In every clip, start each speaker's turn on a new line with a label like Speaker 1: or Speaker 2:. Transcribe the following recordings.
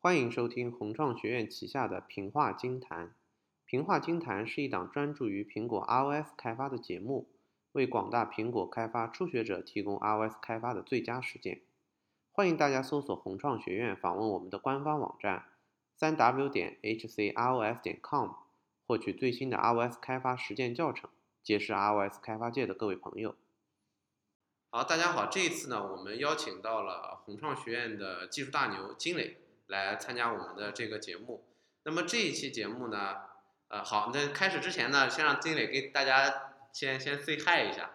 Speaker 1: 欢迎收听红创学院旗下的《平话金谈》。《平话金谈》是一档专注于苹果 ROF 开发的节目，为广大苹果开发初学者提供 ROF 开发的最佳实践。欢迎大家搜索“红创学院”，访问我们的官方网站三 w 点 hcrof 点 com，获取最新的 ROF 开发实践教程，结识 ROF 开发界的各位朋友。好，大家好，这一次呢，我们邀请到了红创学院的技术大牛金磊。来参加我们的这个节目。那么这一期节目呢，呃，好，那开始之前呢，先让金磊给大家先先 say hi 一下。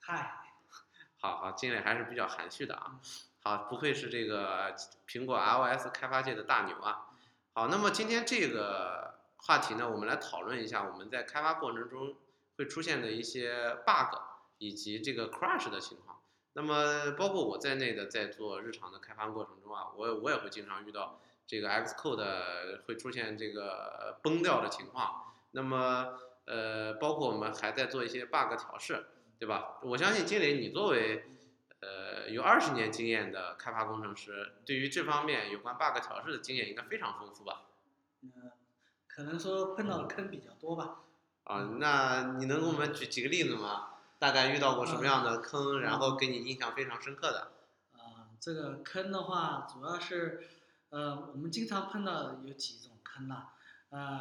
Speaker 2: 嗨，
Speaker 1: 好好，金磊还是比较含蓄的啊。好，不愧是这个苹果 iOS 开发界的大牛啊。好，那么今天这个话题呢，我们来讨论一下我们在开发过程中会出现的一些 bug 以及这个 crash 的情况。那么，包括我在内的，在做日常的开发过程中啊，我我也会经常遇到这个 Xcode 会出现这个呃崩掉的情况。那么，呃，包括我们还在做一些 bug 调试，对吧？我相信经理，你作为呃有二十年经验的开发工程师，对于这方面有关 bug 调试的经验应该非常丰富吧？
Speaker 2: 嗯、呃，可能说碰到的坑比较多吧。
Speaker 1: 啊，那你能给我们举几个例子吗？大概遇到过什么样的坑，嗯、然后给你印象非常深刻的？
Speaker 2: 啊、呃，这个坑的话，主要是，呃，我们经常碰到有几种坑啦、啊。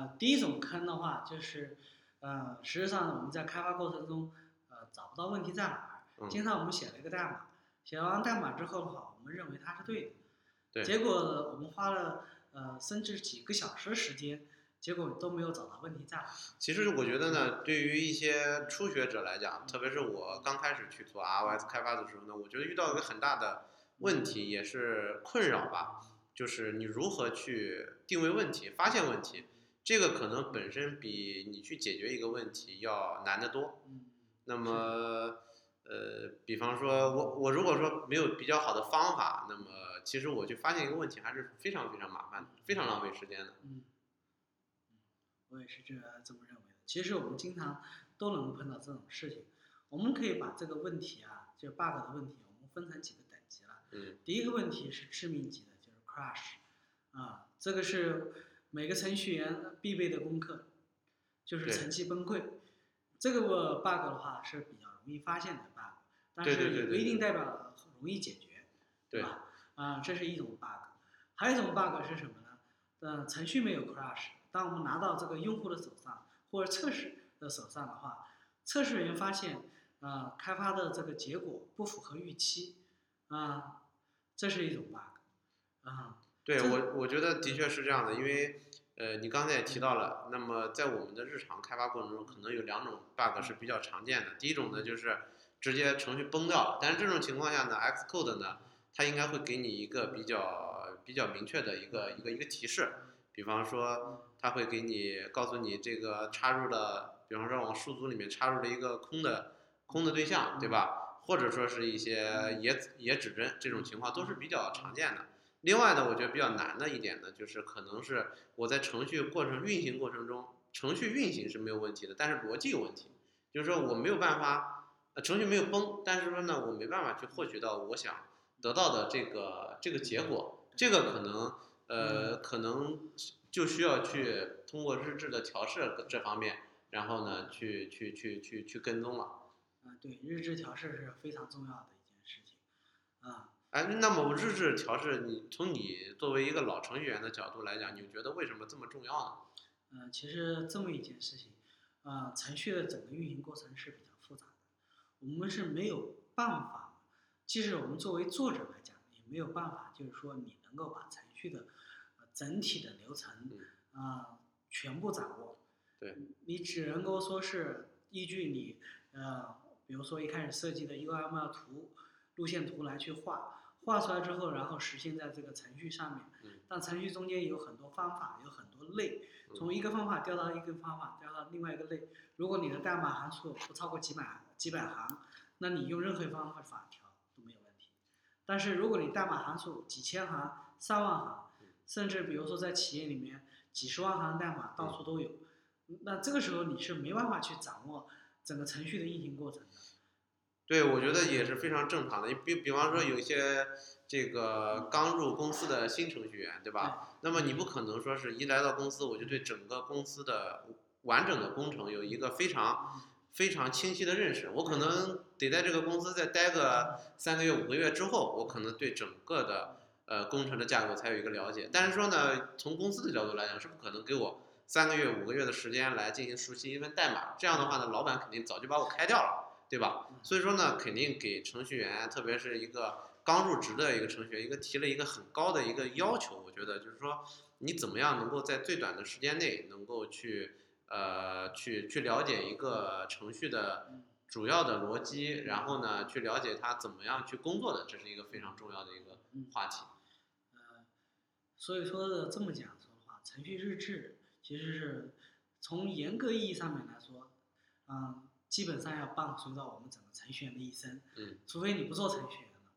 Speaker 2: 呃，第一种坑的话，就是，呃，实际上我们在开发过程中，呃，找不到问题在哪儿。
Speaker 1: 嗯、
Speaker 2: 经常我们写了一个代码，写完代码之后的话，我们认为它是对的，
Speaker 1: 对。
Speaker 2: 结果我们花了呃，甚至几个小时时间。结果都没有找到问题在哪。
Speaker 1: 其实我觉得呢，对于一些初学者来讲，特别是我刚开始去做 iOS 开发的时候呢，我觉得遇到一个很大的问题，也是困扰吧，就是你如何去定位问题、发现问题，这个可能本身比你去解决一个问题要难得多。
Speaker 2: 嗯
Speaker 1: 那么，呃，比方说我我如果说没有比较好的方法，那么其实我去发现一个问题还是非常非常麻烦的，非常浪费时间的。
Speaker 2: 嗯。我也是这这么认为的。其实我们经常都能够碰到这种事情。我们可以把这个问题啊，就是 bug 的问题，我们分成几个等级了。
Speaker 1: 嗯。
Speaker 2: 第一个问题是致命级的，就是 crash，啊，这个是每个程序员必备的功课，就是程序崩溃。这个 bug 的话是比较容易发现的 bug，但是也不一定代表容易解决，
Speaker 1: 对
Speaker 2: 吧？啊，这是一种 bug。还有一种 bug 是什么呢？呃，程序没有 crash。当我们拿到这个用户的手上，或者测试的手上的话，测试人员发现，呃，开发的这个结果不符合预期，啊、呃，这是一种 bug，啊、呃，
Speaker 1: 对我我觉得的确是这样的，因为，呃，你刚才也提到了，那么在我们的日常开发过程中，可能有两种 bug 是比较常见的，第一种呢就是直接程序崩掉了，但是这种情况下呢，Xcode 呢，它应该会给你一个比较比较明确的一个一个一个提示。比方说，他会给你告诉你这个插入了，比方说往数组里面插入了一个空的空的对象，对吧？或者说是一些野野指针这种情况都是比较常见的。另外呢，我觉得比较难的一点呢，就是可能是我在程序过程运行过程中，程序运行是没有问题的，但是逻辑有问题，就是说我没有办法，呃，程序没有崩，但是说呢，我没办法去获取到我想得到的这个这个结果，这个可能。呃，可能就需要去通过日志的调试这方面，然后呢，去去去去去跟踪了。
Speaker 2: 啊、呃，对，日志调试是非常重要的一件事情。啊、
Speaker 1: 呃，哎，那么日志调试，你从你作为一个老程序员的角度来讲，你觉得为什么这么重要呢？
Speaker 2: 嗯、呃，其实这么一件事情，啊，程序的整个运行过程是比较复杂的，我们是没有办法，即使我们作为作者来讲，也没有办法，就是说你能够把程序的。呃整体的流程啊、呃，全部掌握。
Speaker 1: 嗯对，
Speaker 2: 你只能够说是依据你呃，比如说一开始设计的 UML 图、路线图来去画，画出来之后，然后实现在这个程序上面。
Speaker 1: 嗯。
Speaker 2: 但程序中间有很多方法，有很多类，从一个方法调到一个方法，调到另外一个类。如果你的代码函数不超过几百几百行，那你用任何方法调都没有问题。但是如果你代码函数几千行、上万行，甚至比如说在企业里面，几十万行代码到处都有，那这个时候你是没办法去掌握整个程序的运行过程的。
Speaker 1: 对，我觉得也是非常正常的。比比方说，有一些这个刚入公司的新程序员，对吧？那么你不可能说是一来到公司，我就对整个公司的完整的工程有一个非常非常清晰的认识。我可能得在这个公司再待个三个月、五个月之后，我可能对整个的呃工程的架构才有一个了解。但是说呢，从公司的角度来讲，是不可能给我三个月、五个月的时间来进行熟悉一份代码。这样的话呢，老板肯定早就把我开掉了，对吧？所以说呢，肯定给程序员，特别是一个刚入职的一个程序员，一个提了一个很高的一个要求。我觉得就是说，你怎么样能够在最短的时间内能够去呃去去了解一个程序的主要的逻辑，然后呢去了解它怎么样去工作的，这是一个非常重要的一个话题。
Speaker 2: 呃，所以说这么讲说的话，程序日志其实是从严格意义上面来说，嗯，基本上要伴随到我们整个程序员的一生，
Speaker 1: 嗯
Speaker 2: 除非你不做程序员了。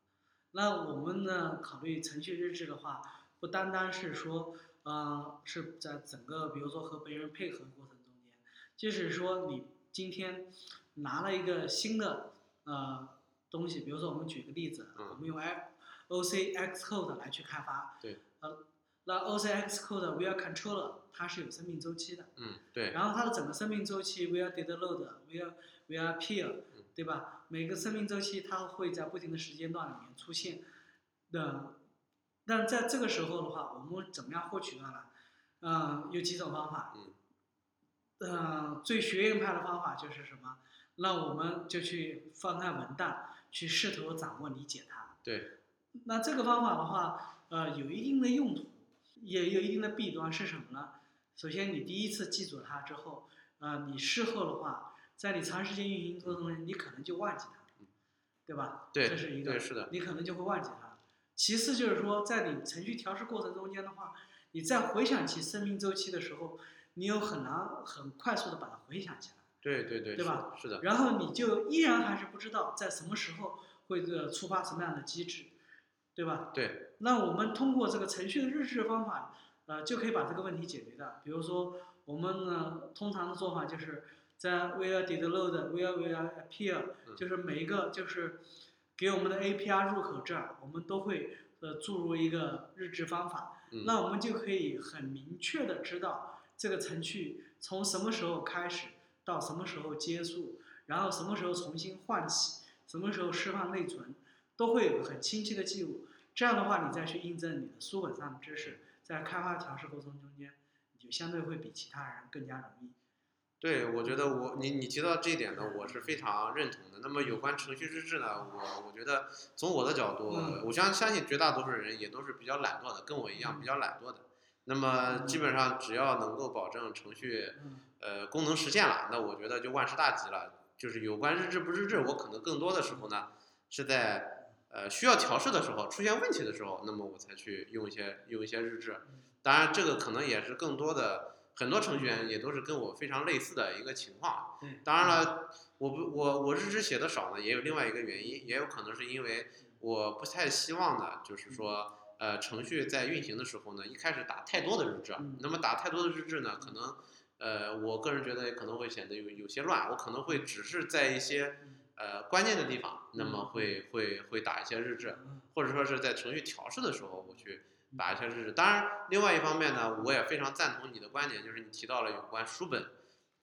Speaker 2: 那我们呢，考虑程序日志的话，不单单是说，呃，是在整个比如说和别人配合过程中间，即使说你今天拿了一个新的呃东西，比如说我们举个例子，啊
Speaker 1: 嗯
Speaker 2: 我们用 F O C X Code 来去开发，
Speaker 1: 对，
Speaker 2: 呃，那 O C X Code Via Controller 它是有生命周期的，
Speaker 1: 嗯，对，
Speaker 2: 然后它的整个生命周期 v i a deadload、v i a v i a peer，
Speaker 1: 嗯
Speaker 2: 对吧？每个生命周期它会在不停的时间段里面出现的。但在这个时候的话，我们怎么样获取到呢？嗯、有几种方法。
Speaker 1: 嗯
Speaker 2: 呃，最学院派的方法就是什么？那我们就去翻看文档，去试图掌握理解它。
Speaker 1: 对，
Speaker 2: 那这个方法的话，呃，有一定的用途，也有一定的弊端是什么呢？首先，你第一次记住它之后，呃，你事后的话，在你长时间运行过程中，你可能就忘记它了，对吧？
Speaker 1: 对
Speaker 2: 这是一
Speaker 1: 对
Speaker 2: 个，
Speaker 1: 是的
Speaker 2: 你可能就会忘记它。其次就是说，在你程序调试过程中间的话，你再回想起生命周期的时候，你又很难很快速的把它回想起来。
Speaker 1: 对对对，
Speaker 2: 对吧
Speaker 1: 是的？是的，
Speaker 2: 然后你就依然还是不知道在什么时候会呃触发什么样的机制，对吧？
Speaker 1: 对，
Speaker 2: 那我们通过这个程序的日志方法，呃，就可以把这个问题解决的。比如说，我们呢通常的做法就是在 where did load where will appear，
Speaker 1: 嗯
Speaker 2: 就是每一个就是给我们的 API 入口这儿，我们都会呃注入一个日志方法，
Speaker 1: 嗯，
Speaker 2: 那我们就可以很明确的知道这个程序从什么时候开始到什么时候结束，然后什么时候重新唤起，什么时候释放内存，都会有很清晰的记录。这样的话，你再去印证你的书本上的知识，在开发调试过程中间，你就相对会比其他人更加容易。
Speaker 1: 对，我觉得我你你提到这一点呢，我是非常认同的。那么有关程序日志呢，我我觉得从我的角度，
Speaker 2: 嗯
Speaker 1: 我相相信绝大多数人也都是比较懒惰的，跟我一样比较懒惰的。那么基本上只要能够保证程序
Speaker 2: 嗯，
Speaker 1: 呃功能实现了，那我觉得就万事大吉了。就是有关日志不日志，我可能更多的时候呢是在呃需要调试的时候，出现问题的时候，那么我才去用一些用一些日志。当然，这个可能也是更多的很多程序员也都是跟我非常类似的一个情况。啊
Speaker 2: 对
Speaker 1: 当然，了，我不我我日志写的少呢，也有另外一个原因，也有可能是因为我不太希望呢，就是说呃程序在运行的时候呢，一开始打太多的日志啊
Speaker 2: 嗯，
Speaker 1: 那么打太多的日志呢，可能呃我个人觉得可能会显得有有些乱，我可能会只是在一些呃关键的地方，那么会会会打一些日志，
Speaker 2: 嗯
Speaker 1: 或者说是在程序调试的时候，我去打一下日志。当然，另外一方面呢，我也非常赞同你的观点，就是你提到了有关书本，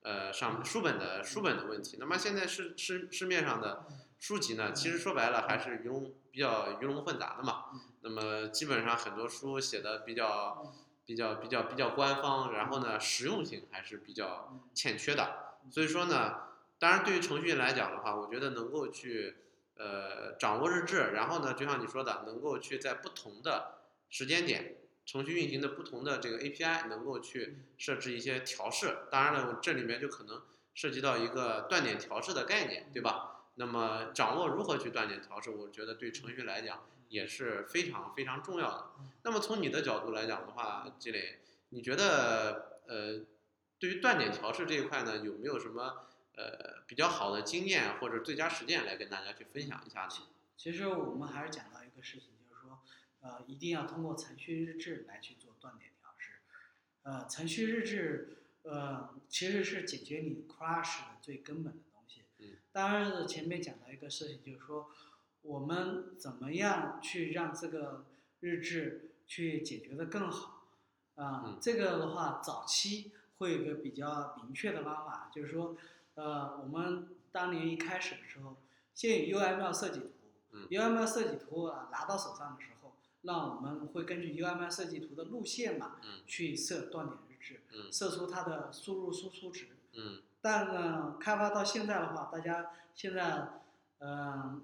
Speaker 1: 呃，上书本的书本的问题。那么现在市市市面上的书籍呢，其实说白了还是鱼龙比较鱼龙混杂的嘛
Speaker 2: 嗯。
Speaker 1: 那么基本上很多书写的比较比较比较比较官方，然后呢，实用性还是比较
Speaker 2: 嗯
Speaker 1: 欠缺的。所以说呢，当然对于程序员来讲的话，我觉得能够去呃掌握日志，然后呢，就像你说的，能够去在不同的时间点，程序运行的不同的这个 API，能够去设置一些调试。当然了，我这里面就可能涉及到一个断点调试的概念，对吧？那么掌握如何去断点调试，我觉得对程序来讲也是非常非常重要的
Speaker 2: 嗯。
Speaker 1: 那么从你的角度来讲的话，积累，你觉得呃，对于断点调试这一块呢，有没有什么呃比较好的经验或者最佳实践来跟大家去分享一下呢？
Speaker 2: 其实我们还是讲到一个事情，就是说，呃，一定要通过程序日志来去做断点调试。呃，程序日志，呃，其实是解决你 crash 的最根本的东西。
Speaker 1: 嗯。
Speaker 2: 当然，前面讲到一个事情，就是说我们怎么样去让这个日志去解决的更好啊、
Speaker 1: 嗯
Speaker 2: 这个的话，早期会有一个比较明确的方法，就是说，呃，我们当年一开始的时候，先有 UML 设计图、
Speaker 1: 嗯
Speaker 2: u m l 设计图啊拿到手上的时候，那我们会根据 UML 设计图的路线嘛，
Speaker 1: 嗯
Speaker 2: 去设断点日志，
Speaker 1: 嗯
Speaker 2: 设出它的输入输出值。
Speaker 1: 嗯
Speaker 2: 但呢，开发到现在的话，大家现在，嗯、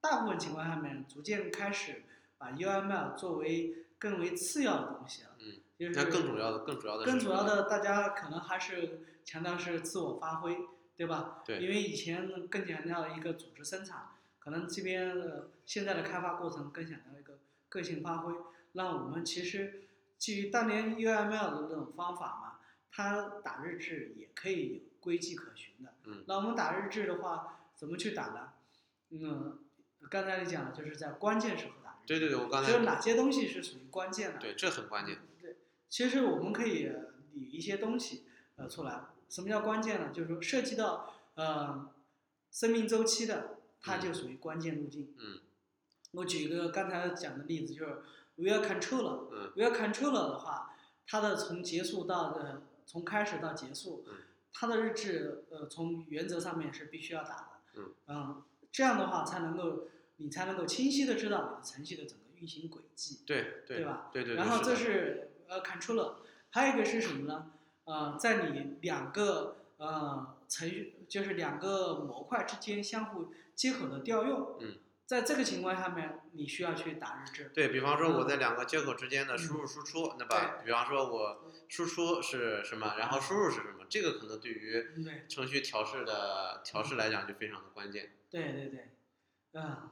Speaker 2: 大部分情况下面逐渐开始把 UML 作为更为次要的东西了，
Speaker 1: 嗯，
Speaker 2: 就是
Speaker 1: 那更主要的更主要的是
Speaker 2: 更主要
Speaker 1: 什么
Speaker 2: 的，大家可能还是强调是自我发挥，对吧？
Speaker 1: 对
Speaker 2: 因为以前更强调一个组织生产，可能这边呃现在的开发过程更强调一个个性发挥。那我们其实基于当年 UML 的那种方法嘛，它打日志也可以有规矩可循的。
Speaker 1: 嗯
Speaker 2: 那我们打日志的话，怎么去打呢？嗯，刚才你讲了，就是在关键时候打日志。
Speaker 1: 对对对，我刚
Speaker 2: 就是
Speaker 1: 才
Speaker 2: 哪些东西是属于关键的？
Speaker 1: 对这很关键，
Speaker 2: 啊对，其实我们可以呃理一些东西呃出来。什么叫关键呢？就是说涉及到呃生命周期的，它就属于关键路径。
Speaker 1: 嗯
Speaker 2: 我举一个刚才讲的例子，就是 Wear Controller。
Speaker 1: 嗯
Speaker 2: Wear Controller 的话，它的从结束到的，从开始到结束，
Speaker 1: 嗯
Speaker 2: 它的日志呃从原则上面是必须要打的。呃
Speaker 1: 嗯
Speaker 2: 这样的话才能够你才能够清晰的知道你的程序的整个运行轨迹。
Speaker 1: 对
Speaker 2: 对
Speaker 1: 对
Speaker 2: 吧
Speaker 1: 对对，
Speaker 2: 然后
Speaker 1: 是
Speaker 2: 这
Speaker 1: 的
Speaker 2: 是呃 controller，还有一个是什么呢？呃，在你两个呃程序就是两个模块之间相互接口的调用。
Speaker 1: 嗯。
Speaker 2: 在这个情况下面，你需要去打日志。
Speaker 1: 对比方说，我
Speaker 2: 嗯
Speaker 1: 在两个接口之间的输入输出，那么比方说我输出是什么，然后输入是什么，这个可能对于
Speaker 2: 对
Speaker 1: 程序调试的调试来讲就非常的关键。
Speaker 2: 对对对，嗯，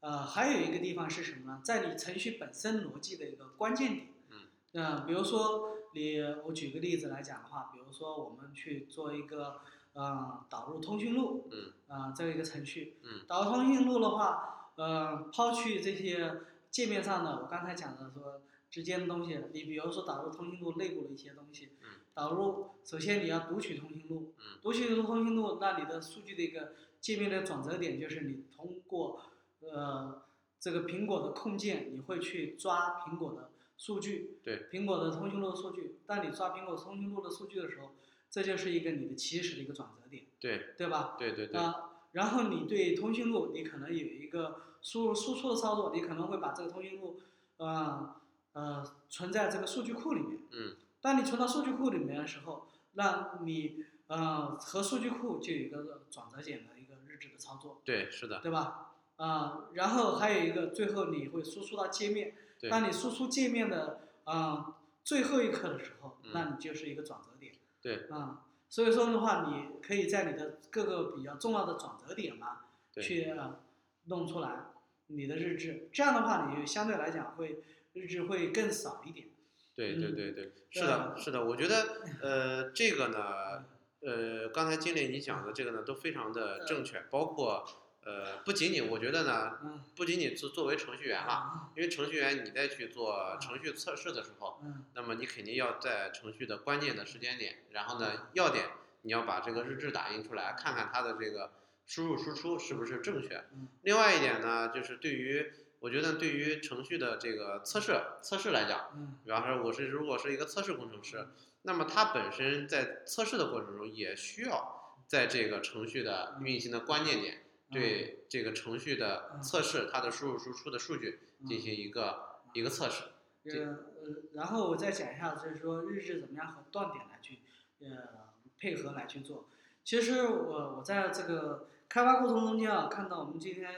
Speaker 2: 呃，还有一个地方是什么呢？在你程序本身逻辑的一个关键点。
Speaker 1: 嗯。
Speaker 2: 呃，比如说你，我举个例子来讲的话，比如说我们去做一个呃导入通讯录。
Speaker 1: 嗯
Speaker 2: 啊，这样一个程序。
Speaker 1: 嗯
Speaker 2: 导入通讯录的话，呃，抛去这些界面上的我刚才讲的说之间的东西，你比如说导入通讯录内部的一些东西，
Speaker 1: 嗯
Speaker 2: 导入首先你要读取通讯录，
Speaker 1: 嗯
Speaker 2: 读取通讯录，那你的数据的一个界面的转折点就是你通过呃这个苹果的控件，你会去抓苹果的数据，
Speaker 1: 对，
Speaker 2: 苹果的通讯录数据。当你抓苹果通讯录的数据的时候，这就是一个你的起始的一个转折点，
Speaker 1: 对
Speaker 2: 对吧？
Speaker 1: 对对对，
Speaker 2: 啊，然后你对通讯录，你可能有一个输入输出的操作，你可能会把这个通讯录，呃呃，存在这个数据库里面。
Speaker 1: 嗯
Speaker 2: 当你存到数据库里面的时候，那你呃和数据库就有一个转折点的一个日志的操作，
Speaker 1: 对是的，
Speaker 2: 对吧？啊、然后还有一个，最后你会输出到界面。
Speaker 1: 对
Speaker 2: 当你输出界面的啊、呃最后一刻的时候，
Speaker 1: 嗯
Speaker 2: 那你就是一个转折点。
Speaker 1: 对
Speaker 2: 啊、所以说的话，你可以在你的各个比较重要的转折点嘛，
Speaker 1: 对
Speaker 2: 去、呃弄出来你的日志。这样的话，你就相对来讲会日志会更少一点。
Speaker 1: 对对
Speaker 2: 嗯
Speaker 1: 对对，啊是的是的，我觉得呃这个呢，呃刚才经理你讲的这个呢都非常的正确，包括呃不仅仅我觉得呢，
Speaker 2: 嗯，
Speaker 1: 不仅仅是作为程序员啊，
Speaker 2: 啊，
Speaker 1: 因为程序员你再去做程序测试的时候。
Speaker 2: 嗯，
Speaker 1: 那么你肯定要在程序的关键的时间点，然后呢，要点你要把这个日志打印出来，看看它的这个输入输出是不是正确
Speaker 2: 嗯。
Speaker 1: 另外一点呢，就是对于我觉得对于程序的这个测试测试来讲，
Speaker 2: 嗯，
Speaker 1: 比方说我是如果是一个测试工程师，那么他本身在测试的过程中也需要在这个程序的运行的关键点。
Speaker 2: 嗯
Speaker 1: 对这个程序的测试，它的输入输出的数据
Speaker 2: 嗯
Speaker 1: 进行一个一个测试。
Speaker 2: 呃呃，然后我再讲一下，就是说日志怎么样和断点来去呃配合来去做。其实我我在这个开发过程中间啊，看到我们今天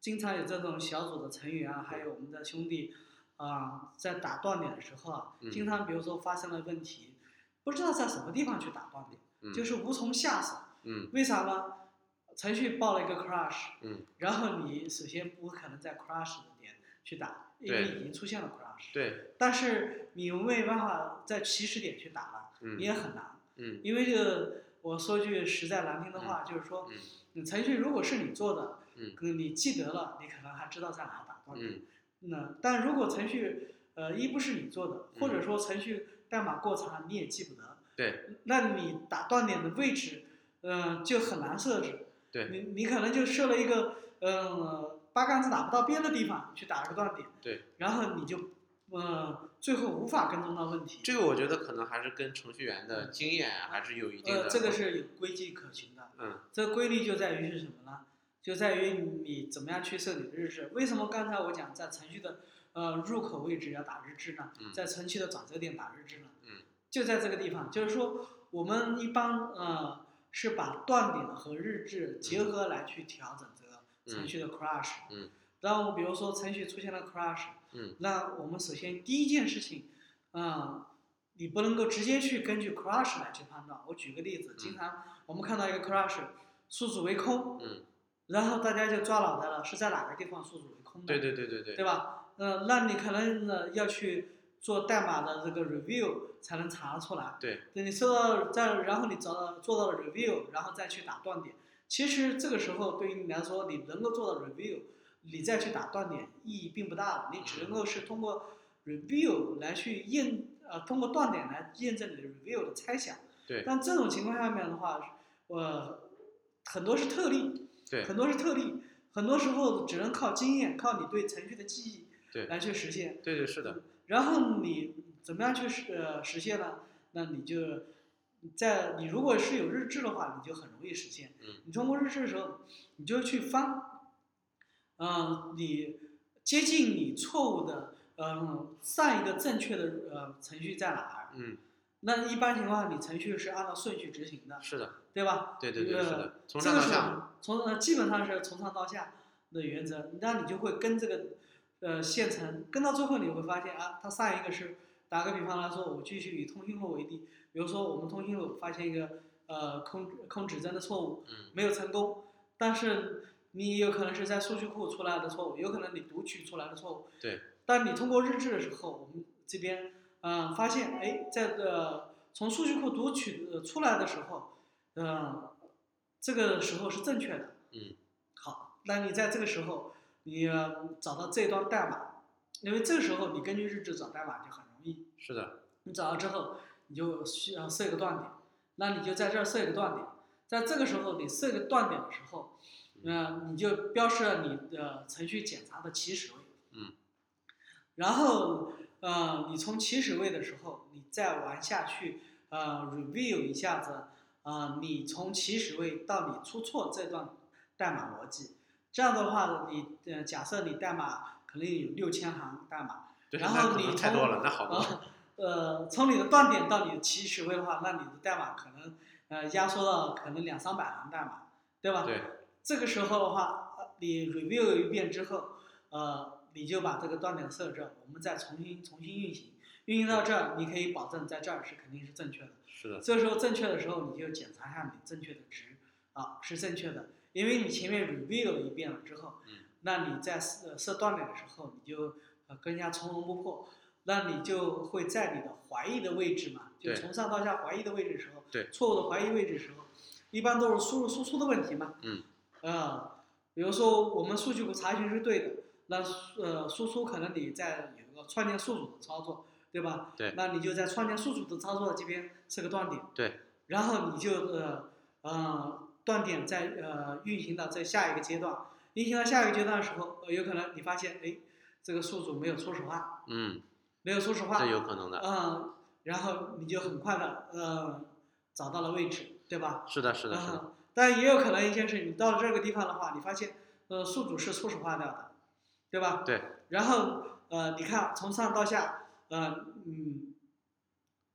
Speaker 2: 经常有这种小组的成员啊，还有我们的兄弟啊、在打断点的时候啊，
Speaker 1: 嗯
Speaker 2: 经常比如说发生了问题，不知道在什么地方去打断点，
Speaker 1: 嗯
Speaker 2: 就是无从下手。
Speaker 1: 嗯
Speaker 2: 为啥呢？程序报了一个 crash，
Speaker 1: 嗯，
Speaker 2: 然后你首先不可能在 crash 的点去打，因为
Speaker 1: 对
Speaker 2: 已经出现了 crash。
Speaker 1: 对，
Speaker 2: 但是你没办法在起始点去打了，
Speaker 1: 嗯
Speaker 2: 你也很难，
Speaker 1: 嗯。
Speaker 2: 因为这个我说句实在难听的话，就是说，
Speaker 1: 嗯
Speaker 2: 你程序如果是你做的，
Speaker 1: 嗯
Speaker 2: 可能你记得了，你可能还知道在哪打断点。
Speaker 1: 嗯
Speaker 2: 那但如果程序呃一不是你做的，或者说程序代码过长你也记不得，
Speaker 1: 嗯对
Speaker 2: 那你打断点的位置，呃就很难设置。
Speaker 1: 对
Speaker 2: 你你可能就设了一个呃八竿子打不到边的地方去打了个断点，
Speaker 1: 对，
Speaker 2: 然后你就呃最后无法跟踪到问题，
Speaker 1: 这个我觉得可能还是跟程序员的经验还是有一定的。
Speaker 2: 嗯呃这个是有规矩可循的，
Speaker 1: 嗯，
Speaker 2: 这个规律就在于是什么呢？就在于你怎么样去设你的日志。为什么刚才我讲在程序的呃入口位置要打日志呢？
Speaker 1: 嗯
Speaker 2: 在程序的转折点打日志呢？
Speaker 1: 嗯，
Speaker 2: 就在这个地方，就是说我们一般呃是把断点和日志结合来去调整这个程序的 crash。
Speaker 1: 嗯，
Speaker 2: 然后比如说程序出现了 crash，
Speaker 1: 嗯，
Speaker 2: 那我们首先第一件事情，啊、你不能够直接去根据 crash 来去判断。我举个例子，经常我们看到一个 crash，宿主为空，
Speaker 1: 嗯，
Speaker 2: 然后大家就抓脑袋了，是在哪个地方宿主为空的？
Speaker 1: 对对对对对，
Speaker 2: 对吧？呃，那你可能呢要去做代码的这个 review 才能查得出来。
Speaker 1: 对，
Speaker 2: 对你收到再然后你找到做到了 review，然后再去打断点。其实这个时候对于你来说，你能够做到 review，你再去打断点意义并不大了。你只能够是通过 review 来去验呃，通过断点来验证你的 review 的猜想。
Speaker 1: 对
Speaker 2: 但这种情况下面的话，我、很多是特例，
Speaker 1: 对
Speaker 2: 很多是特例，很多时候只能靠经验，靠你对程序的记忆，
Speaker 1: 对
Speaker 2: 来去实现。
Speaker 1: 对对是的，
Speaker 2: 然后你怎么样去实呃实现呢？那你就在你如果是有日志的话，你就很容易实现。
Speaker 1: 嗯
Speaker 2: 你通过日志的时候，你就去翻，嗯、你接近你错误的，嗯、上一个正确的呃程序在哪儿？
Speaker 1: 嗯
Speaker 2: 那一般情况下，你程序是按照顺序执行的，
Speaker 1: 是的，
Speaker 2: 对吧？
Speaker 1: 对对对
Speaker 2: 呃
Speaker 1: 是的，从
Speaker 2: 这
Speaker 1: 上
Speaker 2: 个
Speaker 1: 到
Speaker 2: 是
Speaker 1: 下，
Speaker 2: 从呃基本上是从上到下的原则，那你就会跟这个呃线程跟到最后，你会发现啊，它上一个是打个比方来说，我继续以通讯录为例，比如说我们通讯录发现一个呃空空指针的错误
Speaker 1: 嗯
Speaker 2: 没有成功，但是你有可能是在数据库出来的错误，有可能你读取出来的错误，
Speaker 1: 对，
Speaker 2: 但你通过日志的时候，我们这边嗯、呃发现，哎，在呃从数据库读取呃出来的时候，嗯、这个时候是正确的。
Speaker 1: 嗯，
Speaker 2: 好，那你在这个时候，你、呃找到这段代码，因为这个时候你根据日志找代码就很容易。
Speaker 1: 是的，
Speaker 2: 你找到之后，你就需要设一个断点，那你就在这儿设一个断点，在这个时候你设一个断点的时候，那你就标示了你的程序检查的起始位，
Speaker 1: 嗯，
Speaker 2: 然后呃，你从起始位的时候，你再往下去呃 review 一下子，呃，你从起始位到你出错这段代码逻辑，这样的话，你呃假设你代码可能有六千行代码，
Speaker 1: 对，
Speaker 2: 然
Speaker 1: 那
Speaker 2: 后
Speaker 1: 可
Speaker 2: 你
Speaker 1: 能太
Speaker 2: 从
Speaker 1: 多了，那好多，
Speaker 2: 啊， 呃，从你的断点到你的起始位的话，那你的代码可能呃压缩到可能两三百行代码，对吧？
Speaker 1: 对
Speaker 2: 这个时候的话，呃你 review 一遍之后，呃，你就把这个断点设置，我们再重新重新运行，运行到这儿，你可以保证在这儿是肯定是正确的。
Speaker 1: 是的，
Speaker 2: 这时候正确的时候，你就检查一下你正确的值啊是正确的，因为你前面 review 了一遍了之后，
Speaker 1: 嗯
Speaker 2: 那你在设设断点的时候，你就呃更加从容不迫，那你就会在你的怀疑的位置嘛，就
Speaker 1: 对
Speaker 2: 从上到下怀疑的位置的时候，
Speaker 1: 对
Speaker 2: 错误的怀疑位置的时候，一般都是输入输出的问题嘛，
Speaker 1: 嗯，
Speaker 2: 呃，比如说我们数据库查询是对的，那呃输出可能你在有一个创建宿主的操作，对吧？
Speaker 1: 对
Speaker 2: 那你就在创建宿主的操作这边设个断点，
Speaker 1: 对，
Speaker 2: 然后你就呃呃断点在呃运行到在下一个阶段，运行到下一个阶段的时候，呃、有可能你发现哎这个宿主没有初始化，
Speaker 1: 嗯，
Speaker 2: 没有初始化，
Speaker 1: 这有可能的，
Speaker 2: 嗯，然后你就很快的呃找到了位置，对吧？
Speaker 1: 是的，是的，
Speaker 2: 然
Speaker 1: 是的，
Speaker 2: 后，但也有可能一件事，你到了这个地方的话，你发现呃宿主是初始化掉的，对吧？
Speaker 1: 对，
Speaker 2: 然后呃，你看从上到下，呃嗯，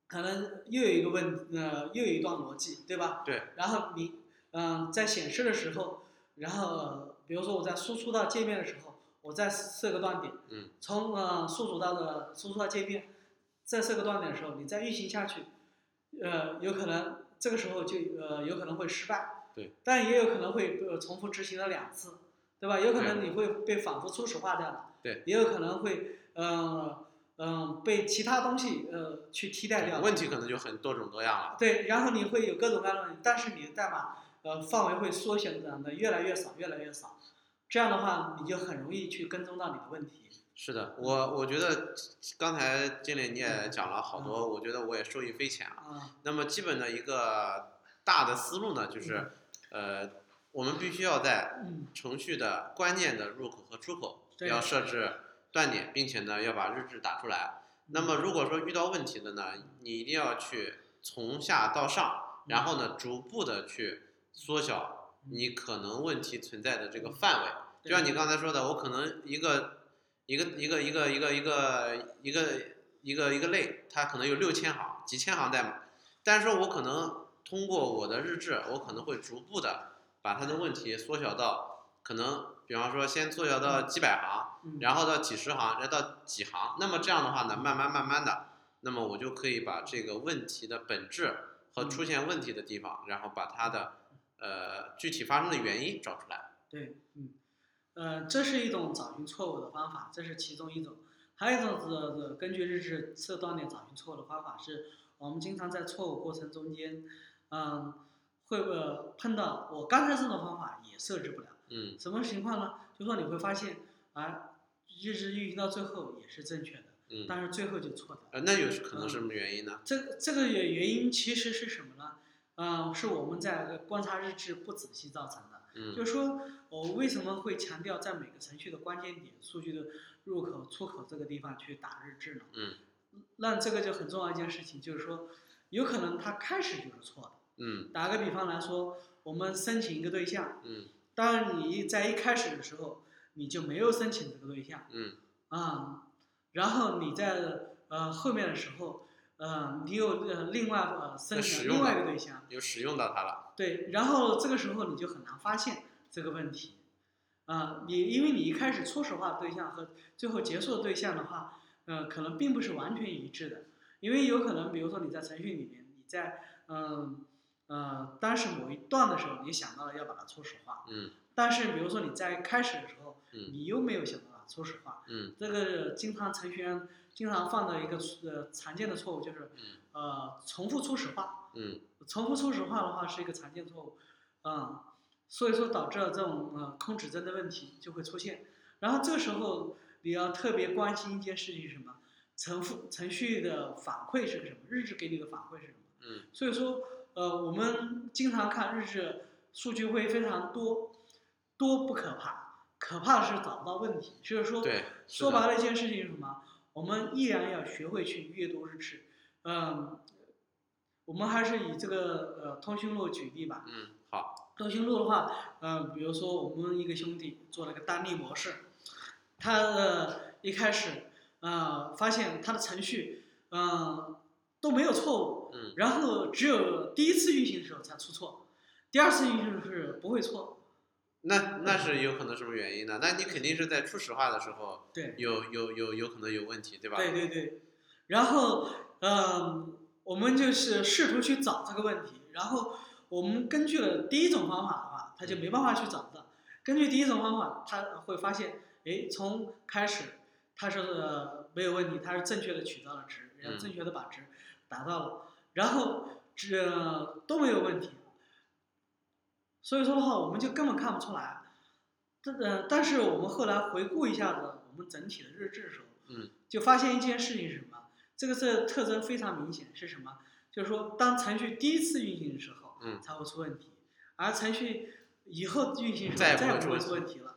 Speaker 2: 可能又有一个问，呃，又有一段逻辑，对吧？
Speaker 1: 对。
Speaker 2: 然后你嗯、呃在显示的时候，然后、呃比如说我在输出到界面的时候，我再设个断点，
Speaker 1: 嗯，
Speaker 2: 从呃宿主到的输出到界面，再设个断点的时候，你再运行下去，呃，有可能这个时候就呃有可能会失败，
Speaker 1: 对，
Speaker 2: 但也有可能会呃重复执行了两次，对吧？有可能
Speaker 1: 对
Speaker 2: 你会被反复初始化掉了，
Speaker 1: 对，
Speaker 2: 也有可能会呃嗯、呃被其他东西呃去替代掉，
Speaker 1: 问题可能就很多种多样了，
Speaker 2: 对，然后你会有各种各样的问题，但是你的代码呃范围会缩小的越来越少，越来越少，这样的话你就很容易去跟踪到你的问题。
Speaker 1: 是的，我我觉得刚才经理你也讲了好多，我觉得我也受益匪浅啊。
Speaker 2: 啊，
Speaker 1: 那么基本的一个大的思路呢，就是，呃，我们必须要在
Speaker 2: 嗯，
Speaker 1: 程序的关键的入口和出口
Speaker 2: 对
Speaker 1: 要设置断点，并且呢要把日志打出来。那
Speaker 2: 嗯
Speaker 1: 么如果说遇到问题的呢，你一定要去从下到上，然后呢逐步的去缩小
Speaker 2: 嗯
Speaker 1: 你可能问题存在的这个范围。就像你刚才说的，我可能一个一个一个一个一个一个一个一个一个类，它可能有六千行、几千行代码，但是我可能通过我的日志，我可能会逐步的把它的问题缩小到可能，比方说先缩小到几百行，
Speaker 2: 嗯
Speaker 1: 然后到几十行，再到几行。那么这样的话呢，慢慢慢慢的，那么我就可以把这个问题的本质和出现问题的地方，然后把它的呃具体发生的原因找出来。
Speaker 2: 对，嗯，呃，这是一种找寻错误的方法，这是其中一种。还有一种是是根据日志测断点找寻错误的方法，是我们经常在错误过程中间，嗯，会呃碰到我刚才这种方法也设置不了。
Speaker 1: 嗯
Speaker 2: 什么情况呢？就说你会发现啊，日志运行到最后也是正确的，
Speaker 1: 嗯，
Speaker 2: 但是最后就错的。
Speaker 1: 呃，那有可能什么原因呢？
Speaker 2: 这个这个原原因其实是什么呢？嗯、是我们在观察日志不仔细造成的。就
Speaker 1: 嗯
Speaker 2: 是说我为什么会强调在每个程序的关键点、数据的入口、出口这个地方去打日志呢？
Speaker 1: 嗯，
Speaker 2: 那这个就很重要一件事情，就是说，有可能它开始就是错的。
Speaker 1: 嗯
Speaker 2: 打个比方来说，我们申请一个对象，
Speaker 1: 嗯
Speaker 2: 当然你在一开始的时候你就没有申请这个对象
Speaker 1: 嗯
Speaker 2: 啊、然后你在呃后面的时候，呃，你有呃另外呃申
Speaker 1: 使
Speaker 2: 请
Speaker 1: 用
Speaker 2: 另外一
Speaker 1: 了
Speaker 2: 个对象，
Speaker 1: 有使用到它了。
Speaker 2: 对，然后这个时候你就很难发现这个问题，啊、你因为你一开始初始化对象和最后结束的对象的话，呃，可能并不是完全一致的，因为有可能，比如说你在程序里面，你在嗯呃当时某一段的时候，你想到了要把它初始化，
Speaker 1: 嗯
Speaker 2: 但是比如说你在开始的时候，
Speaker 1: 嗯
Speaker 2: 你又没有想到把它初始化，
Speaker 1: 嗯
Speaker 2: 这个经常程序员经常犯的一个呃常见的错误就是
Speaker 1: 嗯
Speaker 2: 呃重复初始化。
Speaker 1: 嗯
Speaker 2: 重复初始化的话是一个常见错误，嗯，所以说导致了这种呃空指针的问题就会出现。然后这个时候你要特别关心一件事情是什么？程复程序的反馈是什么？日志给你的反馈是什么？
Speaker 1: 嗯
Speaker 2: 所以说，呃，我们经常看日志数据会非常多，多不可怕，可怕的是找不到问题。就是说，
Speaker 1: 对是
Speaker 2: 说
Speaker 1: 的
Speaker 2: 白了一件事情是什么？我们依然要学会去阅读日志。嗯，我们还是以这个呃通讯录举例吧。
Speaker 1: 嗯，好，
Speaker 2: 通讯录的话，嗯、比如说我们一个兄弟做了个单例模式，他的一开始，呃，发现他的程序，嗯、都没有错误，
Speaker 1: 嗯
Speaker 2: 然后只有第一次运行的时候才出错，第二次运行的时候不会错，
Speaker 1: 那那是有可能什么原因呢？那你肯定是在初始化的时候
Speaker 2: 对，
Speaker 1: 有有有有可能有问题，对吧？
Speaker 2: 对对对，然后，嗯、我们就是试图去找这个问题，然后我们根据了第一种方法的话，他就没办法去找到。根据第一种方法，他会发现，诶，从开始它是、呃、没有问题，它是正确的取到了值，然后
Speaker 1: 嗯
Speaker 2: 正确的把值达到了，然后这、都没有问题。所以说的话，我们就根本看不出来。这呃，但是我们后来回顾一下子我们整体的日志的时候，
Speaker 1: 嗯，
Speaker 2: 就发现一件事情是什么？这个是特征非常明显，是什么？就是说，当程序第一次运行的时候，
Speaker 1: 嗯
Speaker 2: 才会出问题，而程序以后运行的时
Speaker 1: 再
Speaker 2: 候
Speaker 1: 也不
Speaker 2: 再
Speaker 1: 会
Speaker 2: 也
Speaker 1: 出问
Speaker 2: 不会出
Speaker 1: 题
Speaker 2: 问题了，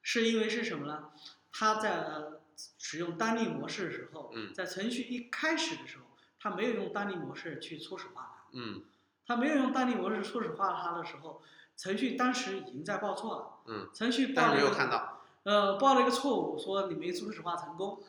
Speaker 2: 是因为是什么呢？它在呃使用单例模式的时候，
Speaker 1: 嗯
Speaker 2: 在程序一开始的时候，它没有用单例模式去初始化它，
Speaker 1: 嗯
Speaker 2: 它没有用单例模式初始化它的时候，程序当时已经在报错了，
Speaker 1: 嗯，
Speaker 2: 程序报
Speaker 1: 但是
Speaker 2: 了
Speaker 1: 没
Speaker 2: 一
Speaker 1: 有
Speaker 2: 个
Speaker 1: 看到，
Speaker 2: 呃，报了一个错误，说你没初始化成功，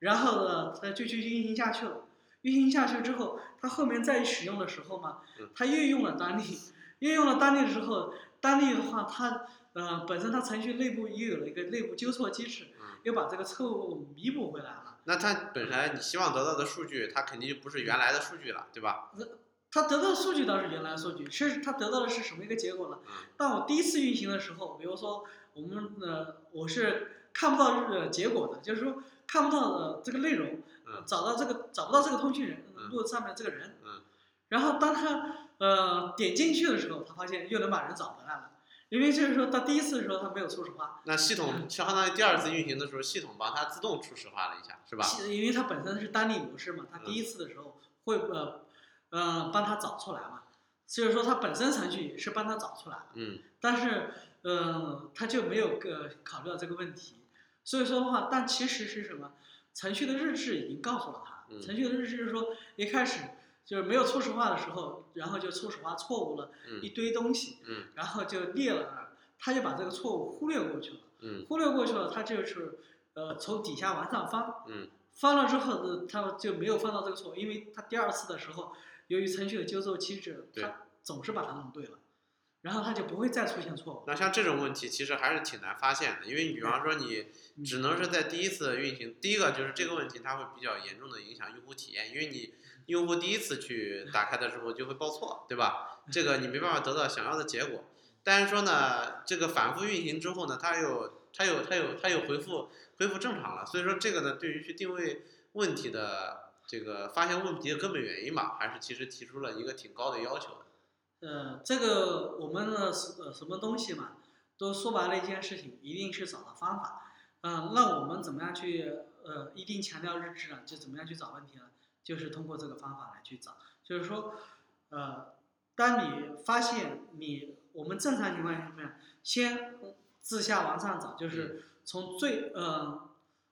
Speaker 2: 然后呢，它就去运行下去了。运行下去之后，它后面再使用的时候嘛
Speaker 1: 嗯，
Speaker 2: 它又用了单例，又用了单例之后，单例的话，它呃本身它程序内部又有了一个内部纠错机制
Speaker 1: 嗯，
Speaker 2: 又把这个错误弥补回来了。
Speaker 1: 那它本来你希望得到的数据，它肯定就不是原来的数据了，对吧？
Speaker 2: 它得到的数据倒是原来的数据，是它得到的是什么一个结果呢？
Speaker 1: 嗯
Speaker 2: 当我第一次运行的时候，比如说我们呃，我是看不到这个结果的，就是说看不到的这个内容，
Speaker 1: 嗯
Speaker 2: 找到这个找不到这个通讯人
Speaker 1: 嗯
Speaker 2: 录上面这个人，
Speaker 1: 嗯
Speaker 2: 然后当他呃点进去的时候，他发现又能把人找回来了，因为就是说他第一次的时候他没有初始化，
Speaker 1: 那系统相当于第二次运行的时候，系统帮它自动初始化了一下，是吧？嗯
Speaker 2: 因为它本身是单例模式嘛，它第一次的时候会呃呃帮他找出来嘛，所以说它本身程序是帮它找出来的，
Speaker 1: 嗯
Speaker 2: 但是呃，它就没有个考虑到这个问题。所以说的话，但其实是什么？程序的日志已经告诉了他，
Speaker 1: 嗯
Speaker 2: 程序的日志就是说一开始就是没有初始化的时候，然后就初始化错误了
Speaker 1: 嗯
Speaker 2: 一堆东西，
Speaker 1: 嗯
Speaker 2: 然后就列了那儿，他就把这个错误忽略过去了。
Speaker 1: 嗯
Speaker 2: 忽略过去了，它就是呃从底下往上翻，
Speaker 1: 嗯
Speaker 2: 翻了之后呢，它就没有翻到这个错误，因为它第二次的时候，由于程序的纠正机制，
Speaker 1: 对
Speaker 2: 它总是把它弄对了，然后它就不会再出现错误。
Speaker 1: 那像这种问题其实还是挺难发现的，因为你比方说你
Speaker 2: 嗯
Speaker 1: 只能是在第一次运行，第一个就是这个问题它会比较严重的影响用户体验，因为你用户第一次去打开的时候就会报错，对吧？这个你没办法得到想要的结果。但是说呢，这个反复运行之后呢，它又它又它又它又恢复恢复正常了，所以说这个呢，对于去定位问题的这个发现问题的根本原因吧，还是其实提出了一个挺高的要求的。
Speaker 2: 呃，这个我们的什呃什么东西嘛，都说白了一件事情，一定是找到方法。呃，那我们怎么样去呃，一定强调日志啊，就怎么样去找问题呢？就是通过这个方法来去找。就是说，呃，当你发现你我们正常情况下面，先自下往上找，就是从最呃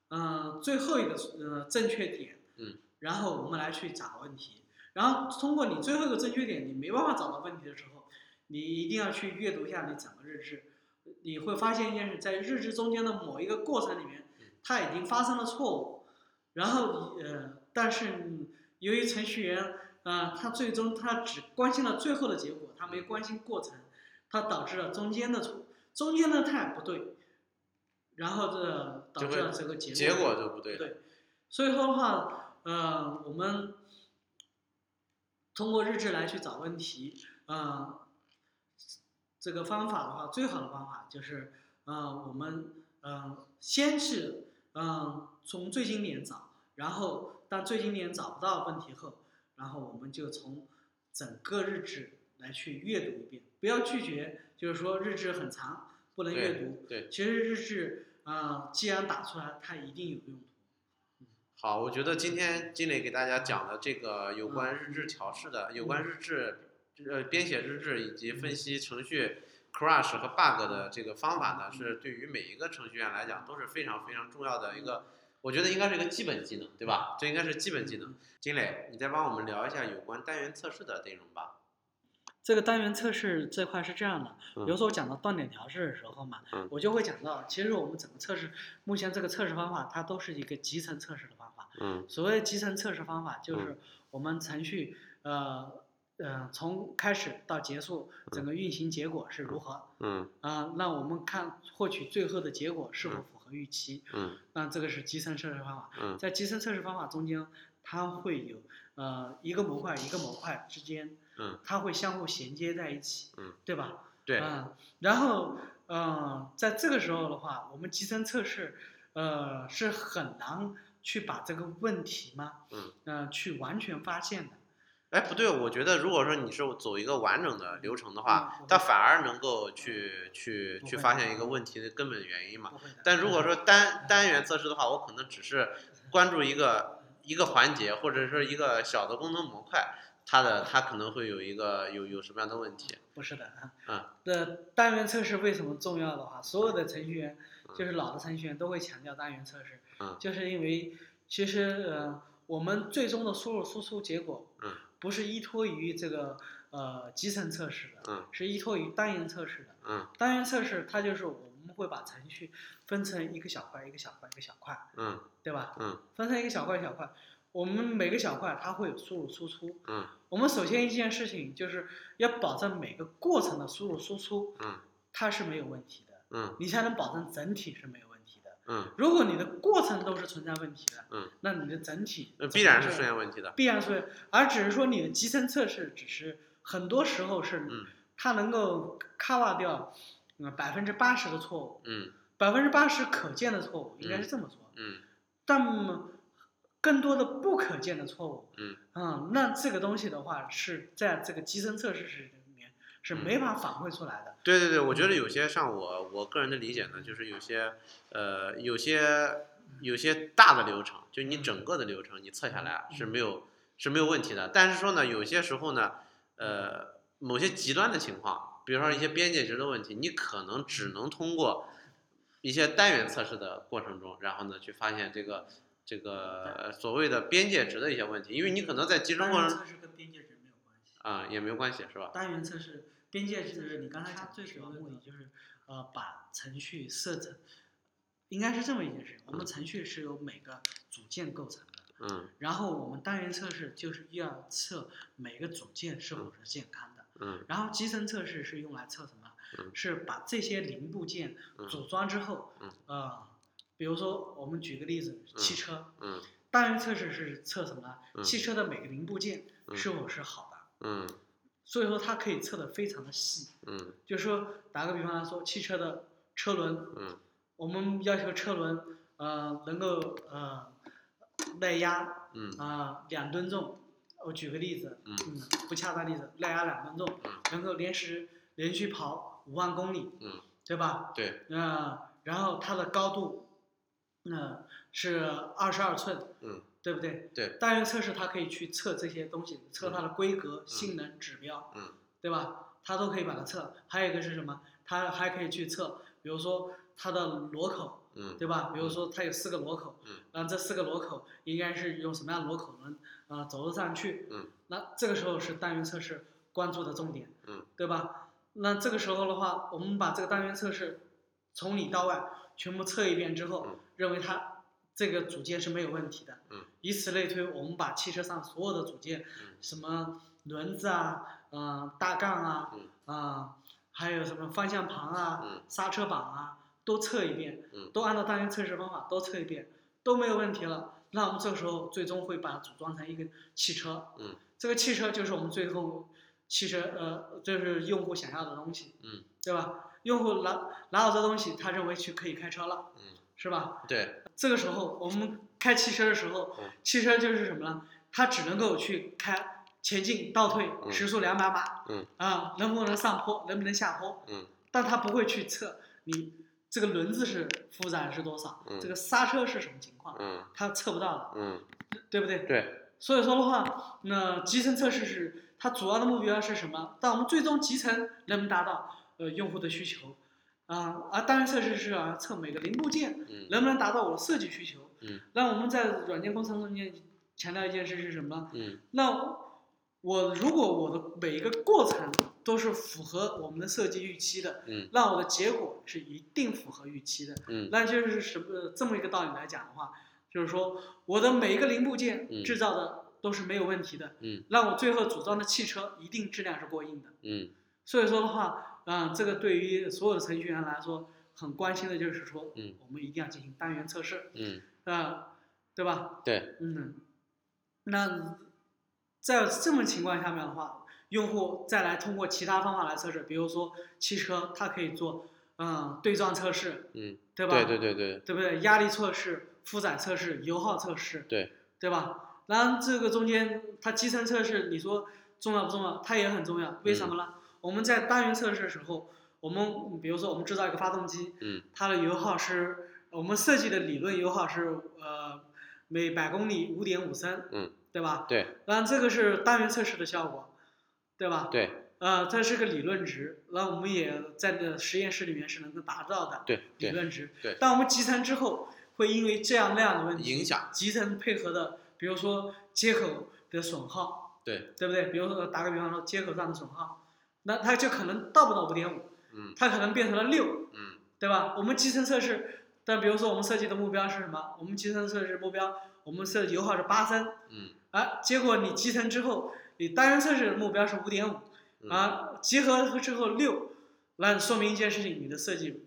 Speaker 2: 呃最后一个呃正确点，
Speaker 1: 嗯，
Speaker 2: 然后我们来去找问题。然后通过你最后一个正确点，你没办法找到问题的时候，你一定要去阅读一下你整个日志，你会发现一件事，在日志中间的某一个过程里面
Speaker 1: 嗯，
Speaker 2: 它已经发生了错误，然后你呃，但是由于程序员呃，他最终他只关心了最后的结果，他没关心过程，它导致了中间的错，中间的 time 不对，然后这导
Speaker 1: 就会
Speaker 2: 致了这个结果
Speaker 1: 结果就不对了。
Speaker 2: 对，所以说的话，呃，我们通过日志来去找问题，呃，这个方法的话，最好的方法就是，呃，我们呃先是呃从最经典找，然后当最经典找不到问题后，然后我们就从整个日志来去阅读一遍，不要拒绝，就是说日志很长不能阅读，
Speaker 1: 对对
Speaker 2: 其实日志啊、呃既然打出来，它一定有用途。
Speaker 1: 好，我觉得今天金磊给大家讲的这个有关日志调试的、有关日志呃编写日志以及分析程序 crash 和 bug 的这个方法呢，是对于每一个程序员来讲都是非常非常重要的一个，我觉得应该是一个基本技能，对吧？这应该是基本技能。金磊，你再帮我们聊一下有关单元测试的内容吧。
Speaker 2: 这个单元测试这块是这样的，
Speaker 1: 嗯
Speaker 2: 有时候讲到断点调试的时候嘛，
Speaker 1: 嗯
Speaker 2: 我就会讲到，其实我们整个测试，目前这个测试方法它都是一个集成测试的方法。
Speaker 1: 嗯
Speaker 2: 所谓集成测试方法，就是我们程序呃呃从开始到结束整个运行结果是如何啊、
Speaker 1: 嗯
Speaker 2: 那我们看获取最后的结果是否符合预期，
Speaker 1: 嗯
Speaker 2: 那这个是集成测试方法。
Speaker 1: 嗯
Speaker 2: 在集成测试方法中间，它会有呃一个模块一个模块之间
Speaker 1: 嗯，
Speaker 2: 它会相互衔接在一起，
Speaker 1: 嗯，
Speaker 2: 对吧？
Speaker 1: 对，
Speaker 2: 嗯，然后，嗯，在这个时候的话，我们集成测试，呃，是很难去把这个问题嘛，
Speaker 1: 嗯，
Speaker 2: 呃，去完全发现的。
Speaker 1: 哎，不对，我觉得如果说你是走一个完整的流程的话，
Speaker 2: 嗯
Speaker 1: 它反而能够去去
Speaker 2: 不
Speaker 1: 去
Speaker 2: 会
Speaker 1: 发
Speaker 2: 的
Speaker 1: 现一个问题的根本原因嘛。
Speaker 2: 不会的。
Speaker 1: 但如果说单单元测试的话，我可能只是关注一个一个环节，或者说一个小的功能模块，它的它可能会有一个有有什么样的问题？
Speaker 2: 不是的啊，
Speaker 1: 啊，
Speaker 2: 那单元测试为什么重要的话，所有的程序员，
Speaker 1: 嗯
Speaker 2: 就是老的程序员都会强调单元测试，
Speaker 1: 嗯
Speaker 2: 就是因为其实呃，我们最终的输入输出结果，
Speaker 1: 嗯，
Speaker 2: 不是依托于这个呃集成测试的，
Speaker 1: 嗯
Speaker 2: 是依托于单元测试的。
Speaker 1: 嗯
Speaker 2: 单元测试它就是我们会把程序分成一个小块一个小块一个小块，
Speaker 1: 嗯
Speaker 2: 对吧？
Speaker 1: 嗯，
Speaker 2: 分成一个小块一小块，我们每个小块它会有输入输出，
Speaker 1: 嗯
Speaker 2: 我们首先一件事情就是要保证每个过程的输入输出，
Speaker 1: 嗯，
Speaker 2: 它是没有问题的，
Speaker 1: 嗯
Speaker 2: 你才能保证整体是没有问题的。
Speaker 1: 嗯
Speaker 2: 如果你的过程都是存在问题的，
Speaker 1: 嗯，
Speaker 2: 那你的整体
Speaker 1: 那呃必然是出
Speaker 2: 怎么
Speaker 1: 现问题的
Speaker 2: 会。必然是，而只是说你的集成测试只是很多时候是
Speaker 1: 嗯
Speaker 2: 它能够 cover 掉嗯百分之八十的错误，
Speaker 1: 嗯
Speaker 2: 百分之八十可见的错误应该是这么说，
Speaker 1: 嗯
Speaker 2: 但更多的不可见的错误，啊
Speaker 1: 嗯
Speaker 2: 那这个东西的话是在这个集成测试室里面是
Speaker 1: 嗯
Speaker 2: 没法反馈出来的。
Speaker 1: 对对对，我觉得有些像我我个人的理解呢，就是有些呃有些有些大的流程，就你整个的流啊程你测下来是没有是没有问题的。但是说呢，有些时候呢，呃，某些极端的情况，比如说一些边界值的问题，你可能只能通过一些单元测试的过程中，然后呢去发现这个这个呃所谓的边界值的一些问题，因为你可能在集中
Speaker 2: 单
Speaker 1: 过
Speaker 2: 元
Speaker 1: 程
Speaker 2: 测试跟边界值没有关系。
Speaker 1: 啊、也没有关系是吧？
Speaker 2: 单元测试边界是你刚才
Speaker 3: 它
Speaker 2: 讲最
Speaker 3: 是
Speaker 2: 主要
Speaker 3: 一
Speaker 2: 目
Speaker 3: 个
Speaker 2: 的就是，呃，把程序设置，应该是这么一件事。我们程序是由每个组件构成的，
Speaker 1: 嗯
Speaker 2: 然后我们单元测试就是要测每个组件是否是健康的，
Speaker 1: 嗯
Speaker 2: 然后集成测试是用来测什么
Speaker 1: 嗯？
Speaker 2: 是把这些零部件
Speaker 1: 嗯
Speaker 2: 组装之后
Speaker 1: 嗯，
Speaker 2: 啊，比如说我们举个例子，汽车
Speaker 1: 嗯
Speaker 2: 单元测试是测什么
Speaker 1: 嗯？
Speaker 2: 汽车的每个零部件
Speaker 1: 嗯
Speaker 2: 是否是好的？
Speaker 1: 嗯
Speaker 2: 所以说它可以测得非常的细。
Speaker 1: 嗯
Speaker 2: 就是说，打个比方来说，汽车的车轮，
Speaker 1: 嗯
Speaker 2: 我们要求车轮呃能够呃耐压啊、
Speaker 1: 嗯
Speaker 2: 呃两吨重。我举个例子，
Speaker 1: 嗯
Speaker 2: 不恰当例子，耐压两吨重，
Speaker 1: 嗯
Speaker 2: 能够连时连续跑五万公里，
Speaker 1: 嗯，
Speaker 2: 对吧？
Speaker 1: 对，
Speaker 2: 呃，然后它的高度，那、是二十二寸，
Speaker 1: 嗯
Speaker 2: 对不对？
Speaker 1: 对
Speaker 2: 单元测试它可以去测这些东西，测它的规格、性能指标，
Speaker 1: 嗯
Speaker 2: 对吧？它都可以把它测。还有一个是什么？它还可以去测，比如说它的螺口，
Speaker 1: 嗯
Speaker 2: 对吧？比如说它有四个螺口，
Speaker 1: 嗯，
Speaker 2: 然后这四个螺口应该是用什么样的螺口能呃走得上去？
Speaker 1: 嗯，
Speaker 2: 那这个时候是单元测试关注的重点，
Speaker 1: 嗯，
Speaker 2: 对吧？那这个时候的话，我们把这个单元测试从里到外全部测一遍之后，
Speaker 1: 嗯
Speaker 2: 认为它这个组件是没有问题的，
Speaker 1: 嗯，
Speaker 2: 以此类推，我们把汽车上所有的组件，
Speaker 1: 嗯
Speaker 2: 什么轮子啊，嗯、大杠啊，
Speaker 1: 嗯
Speaker 2: 啊、还有什么方向盘啊，
Speaker 1: 嗯
Speaker 2: 刹车板啊，都测一遍，
Speaker 1: 嗯
Speaker 2: 都按照单元测试方法都测一遍，都没有问题了。那我们这个时候最终会把它组装成一个汽车，
Speaker 1: 嗯，
Speaker 2: 这个汽车就是我们最后汽车呃，就是用户想要的东西，
Speaker 1: 嗯，
Speaker 2: 对吧？用户拿拿到这东西，他认为去可以开车了，
Speaker 1: 嗯，
Speaker 2: 是吧？
Speaker 1: 对，
Speaker 2: 这个时候我们开汽车的时候
Speaker 1: 嗯，
Speaker 2: 汽车就是什么呢？它只能够去开前进、倒退、
Speaker 1: 嗯
Speaker 2: 时速两百码，
Speaker 1: 嗯
Speaker 2: 啊，能不能上坡，能不能下坡，
Speaker 1: 嗯
Speaker 2: 但它不会去测你这个轮子是负载是多少，
Speaker 1: 嗯
Speaker 2: 这个刹车是什么情况，
Speaker 1: 嗯
Speaker 2: 它测不到的，
Speaker 1: 嗯
Speaker 2: 对不对？
Speaker 1: 对，
Speaker 2: 所以说的话，那集成测试是它主要的目标是什么？但我们最终集成能不能达到呃用户的需求啊？而单元测试是啊测每个零部件
Speaker 1: 嗯
Speaker 2: 能不能达到我的设计需求？
Speaker 1: 嗯，
Speaker 2: 那我们在软件工程中间强调一件事是什么？
Speaker 1: 嗯
Speaker 2: 那我如果我的每一个过程都是符合我们的设计预期的，
Speaker 1: 嗯
Speaker 2: 那我的结果是一定符合预期的。
Speaker 1: 嗯
Speaker 2: 那就是什么这么一个道理来讲的话，就是说我的每一个零部件
Speaker 1: 嗯
Speaker 2: 制造的都是没有问题的，
Speaker 1: 嗯
Speaker 2: 那我最后组装的汽车一定质量是过硬的。
Speaker 1: 嗯
Speaker 2: 所以说的话，嗯、这个对于所有的程序员来说，很关心的就是说，
Speaker 1: 嗯
Speaker 2: 我们一定要进行单元测试，
Speaker 1: 嗯，
Speaker 2: 呃，对吧？
Speaker 1: 对，
Speaker 2: 嗯，那在这么情况下面的话，用户再来通过其他方法来测试，比如说汽车，它可以做嗯、对撞测试，
Speaker 1: 嗯
Speaker 2: 对吧？
Speaker 1: 对对对对
Speaker 2: 对不对？压力测试、负载测试、油耗测试，
Speaker 1: 对，
Speaker 2: 对吧？然后这个中间它集成测试，你说重要不重要？它也很重要，为什么呢？
Speaker 1: 嗯
Speaker 2: 我们在单元测试的时候，我们比如说我们制造一个发动机，
Speaker 1: 嗯
Speaker 2: 它的油耗是我们设计的理论油耗是呃每百公里五点五升，
Speaker 1: 嗯
Speaker 2: 对吧？
Speaker 1: 对
Speaker 2: 然后这个是单元测试的效果，对吧？
Speaker 1: 对
Speaker 2: 呃，它是个理论值，然后我们也在这实验室里面是能够达到的
Speaker 1: 对
Speaker 2: 理
Speaker 1: 对，
Speaker 2: 论值。
Speaker 1: 对
Speaker 2: 但我们集成之后，会因为这样那样的问题，
Speaker 1: 影响
Speaker 2: 集成配合的，比如说接口的损耗，
Speaker 1: 对，
Speaker 2: 对不对？比如说打个比方说接口上的损耗，那它就可能到不到五点五，
Speaker 1: 嗯
Speaker 2: 它可能变成了六，
Speaker 1: 嗯
Speaker 2: 对吧？我们集成测试，但比如说我们设计的目标是什么？我们集成测试目标，我们设计油耗是八升，
Speaker 1: 嗯
Speaker 2: 啊，结果你集成之后，你单元测试的目标是五点五，
Speaker 1: 嗯
Speaker 2: 啊，集合之后六，那说明一件事情，你的设计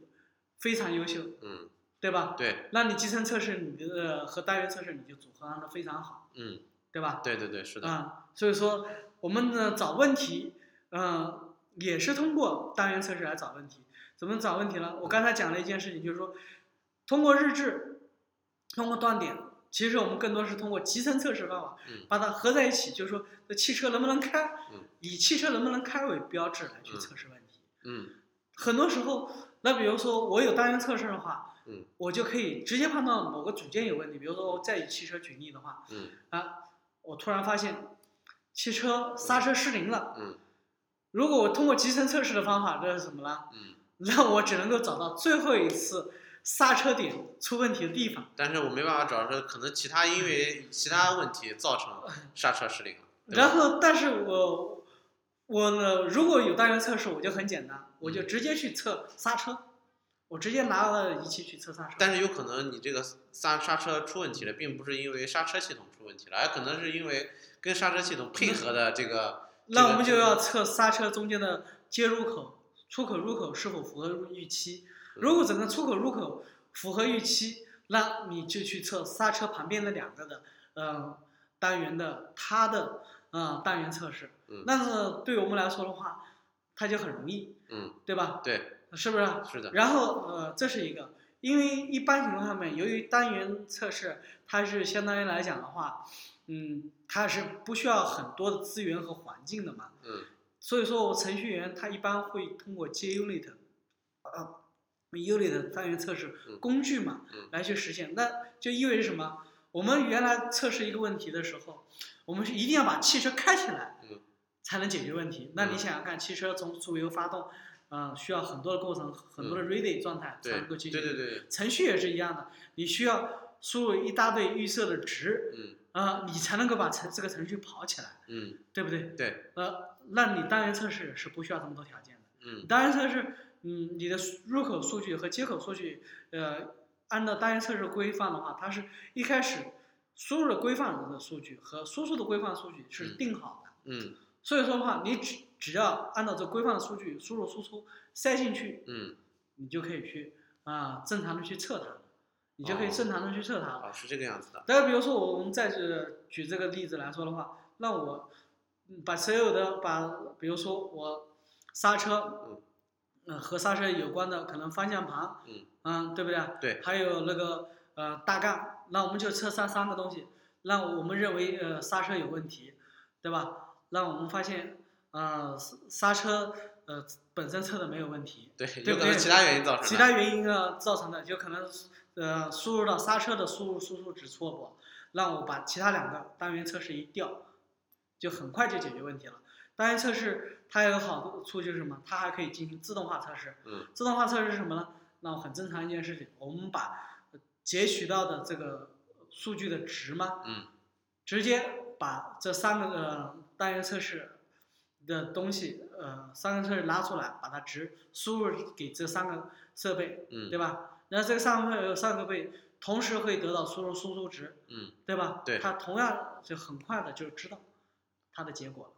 Speaker 2: 非常优秀，
Speaker 1: 嗯
Speaker 2: 对吧？
Speaker 1: 对，
Speaker 2: 那你集成测试你的和单元测试你就组合的非常好，
Speaker 1: 嗯
Speaker 2: 对吧？
Speaker 1: 对对对是的，
Speaker 2: 啊、所以说我们呢找问题，嗯、也是通过单元测试来找问题。怎么找问题呢？我刚才讲了一件事情，就是说通过日志，通过断点，其实我们更多是通过集成测试方法
Speaker 1: 嗯
Speaker 2: 把它合在一起，就是说这汽车能不能开
Speaker 1: 嗯，
Speaker 2: 以汽车能不能开为标志来去测试问题。
Speaker 1: 嗯
Speaker 2: 很多时候，那比如说我有单元测试的话，
Speaker 1: 嗯，
Speaker 2: 我就可以直接判断某个组件有问题。比如说，我再以汽车举例的话，
Speaker 1: 嗯
Speaker 2: 啊，我突然发现汽车刹车失灵了，
Speaker 1: 嗯
Speaker 2: 如果我通过集成测试的方法，这是什么呢？
Speaker 1: 嗯，
Speaker 2: 那我只能够找到最后一次刹车点出问题的地方，
Speaker 1: 但是我没办法找出可能其他因为其他问题造成刹车失灵了，对吧
Speaker 2: 嗯然后但是我我呢，如果有单元测试，我就很简单，我
Speaker 1: 嗯
Speaker 2: 就直接去测刹车，我直接拿了仪器去测刹车。
Speaker 1: 但是有可能你这个刹刹车出问题了，并不是因为刹车系统出问题了，而可能是因为跟刹车系统配合的这个
Speaker 2: 那我们就要测刹车中间的接入口、出口、入口是否符合预期。如果整个出口、入口符合预期，那你就去测刹车旁边的两个的，呃，单元的它的呃单元测试。
Speaker 1: 嗯
Speaker 2: 那是对我们来说的话，它就很容易，
Speaker 1: 嗯，
Speaker 2: 对吧？
Speaker 1: 对，
Speaker 2: 是不是？啊
Speaker 1: 是的，
Speaker 2: 然后呃，这是一个，因为一般情况下面，由于单元测试，它是相当于来讲的话，嗯，它是不需要很多的资源和环境的嘛，
Speaker 1: 嗯
Speaker 2: 所以说我程序员他一般会通过 JUnit，呃，Unit 单元测试
Speaker 1: 嗯
Speaker 2: 工具嘛，
Speaker 1: 嗯
Speaker 2: 来去实现，那就意味着什么？我们原来测试一个问题的时候，我们是一定要把汽车开起来，
Speaker 1: 嗯
Speaker 2: 才能解决问题。那你
Speaker 1: 嗯
Speaker 2: 想想看，汽车从出油发动，呃，需要很多的过程，很多的 ready 状态
Speaker 1: 嗯对，
Speaker 2: 才能够
Speaker 1: 对
Speaker 2: 去
Speaker 1: 对
Speaker 2: 解决。
Speaker 1: 对对，
Speaker 2: 程序也是一样的，你需要输入一大堆预设的值，
Speaker 1: 嗯
Speaker 2: 啊、你才能够把程这个程序跑起来，
Speaker 1: 嗯
Speaker 2: 对不对？
Speaker 1: 对，
Speaker 2: 呃，那你单元测试是不需要这么多条件的。
Speaker 1: 嗯
Speaker 2: 单元测试，嗯，你的入口数据和接口数据，呃，按照单元测试规范的话，它是一开始输入的规范的数据和输出的规范数据是
Speaker 1: 嗯
Speaker 2: 定好的。
Speaker 1: 嗯
Speaker 2: 所以说的话，你只只要按照这规范的数据输入输出塞进去，
Speaker 1: 嗯，
Speaker 2: 你就可以去啊、正常的去测它，你就可以
Speaker 1: 哦
Speaker 2: 正常的去测它。
Speaker 1: 啊是这个样子的，
Speaker 2: 但是比如说我们再举举这个例子来说的话，那我嗯把所有的把，比如说我刹车，
Speaker 1: 嗯
Speaker 2: 呃，和刹车有关的可能方向盘，啊
Speaker 1: 嗯
Speaker 2: 对不对？
Speaker 1: 对，
Speaker 2: 还有那个呃大杠，那我们就测三三个东西，那我们认为呃刹车有问题，对吧？那我们发现呃刹刹车呃本身测的没有问题，
Speaker 1: 对，
Speaker 2: 对
Speaker 1: 有
Speaker 2: 不
Speaker 1: 可能
Speaker 2: 对
Speaker 1: 其他原因造成的，
Speaker 2: 其他原因呢造成的，有可能呃输入到刹车的输入输出值错误，让我把其他两个单元测试一调，就很快就解决问题了。单元测试它有好处就是什么？它还可以进行自动化测试。
Speaker 1: 嗯
Speaker 2: 自动化测试是什么呢？那很正常一件事情，我们把截取到的这个数据的值嘛，
Speaker 1: 嗯
Speaker 2: 直接把这三个呃单元测试的东西，呃，三个测试拉出来，把它值输入给这三个设备，
Speaker 1: 嗯
Speaker 2: 对吧？然后这三个呃三个设备同时会得到输入输出值，
Speaker 1: 嗯
Speaker 2: 对吧？
Speaker 1: 对
Speaker 2: 它同样就很快的就知道它的结果了，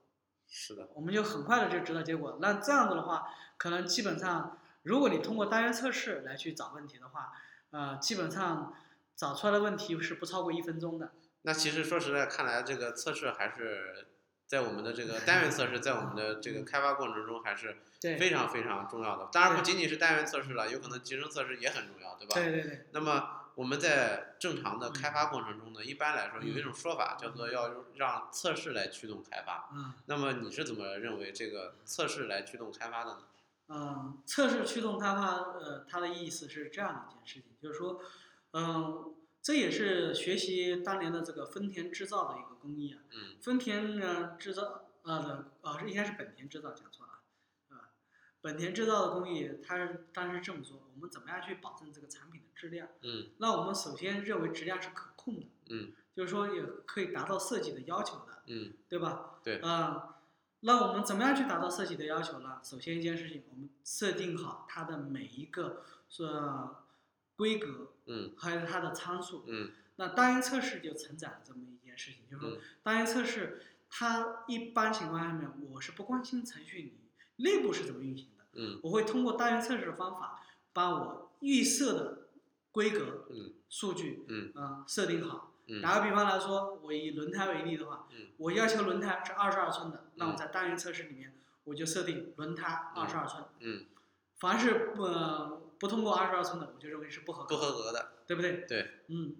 Speaker 1: 是的，
Speaker 2: 我们就很快的就知道结果。那这样子的话，可能基本上，如果你通过单元测试来去找问题的话，呃，基本上找出来的问题是不超过一分钟的。
Speaker 1: 那其实说实在，看来这个测试还是。在我们的这个单元测试，在我们的这个开发过程中还是
Speaker 2: 对，
Speaker 1: 非常非常重要的。当然不
Speaker 2: 对
Speaker 1: 仅仅是单元测试了，有可能集成测试也很重要，对吧？
Speaker 2: 对对对，
Speaker 1: 那么我们在正常的开发过程中呢，一般来说有一种说法叫做要用让测试来驱动开发。
Speaker 2: 嗯。
Speaker 1: 那么你是怎么认为这个测试来驱动开发的呢？
Speaker 2: 嗯，测试驱动开发，呃，它的意思是这样的一件事情，就是说，嗯，这也是学习当年的这个丰田制造的一个工艺啊。
Speaker 1: 嗯
Speaker 2: 丰田呢制造，呃，呃，是应该是本田制造，讲错了，啊，吧？本田制造的工艺，它是当时这么说，我们怎么样去保证这个产品的质量？
Speaker 1: 嗯
Speaker 2: 那我们首先认为质量是可控的，
Speaker 1: 嗯，
Speaker 2: 就是说也可以达到设计的要求的，
Speaker 1: 嗯
Speaker 2: 对吧？
Speaker 1: 对
Speaker 2: 啊、那我们怎么样去达到设计的要求呢？首先一件事情，我们设定好它的每一个呃规格，
Speaker 1: 嗯
Speaker 2: 还有它的参数。
Speaker 1: 嗯
Speaker 2: 那单元测试就承载了这么一件事情，就是说
Speaker 1: 嗯
Speaker 2: 单元测试它一般情况下面，我是不关心程序你内部是怎么运行的，
Speaker 1: 嗯
Speaker 2: 我会通过单元测试的方法，把我预设的规格
Speaker 1: 嗯
Speaker 2: 数据，
Speaker 1: 嗯
Speaker 2: 呃，设定好。
Speaker 1: 嗯
Speaker 2: 打个比方来说，我以轮胎为例的话，
Speaker 1: 嗯
Speaker 2: 我要求轮胎是二十二寸的，那我在单元测试里面我就设定轮胎
Speaker 1: 嗯
Speaker 2: 二十二寸，
Speaker 1: 嗯，
Speaker 2: 凡是不、呃、不通过二十二寸的，我就认为是不合格
Speaker 1: 不
Speaker 2: 的，
Speaker 1: 合格的。
Speaker 2: 对不对？
Speaker 1: 对，
Speaker 2: 嗯，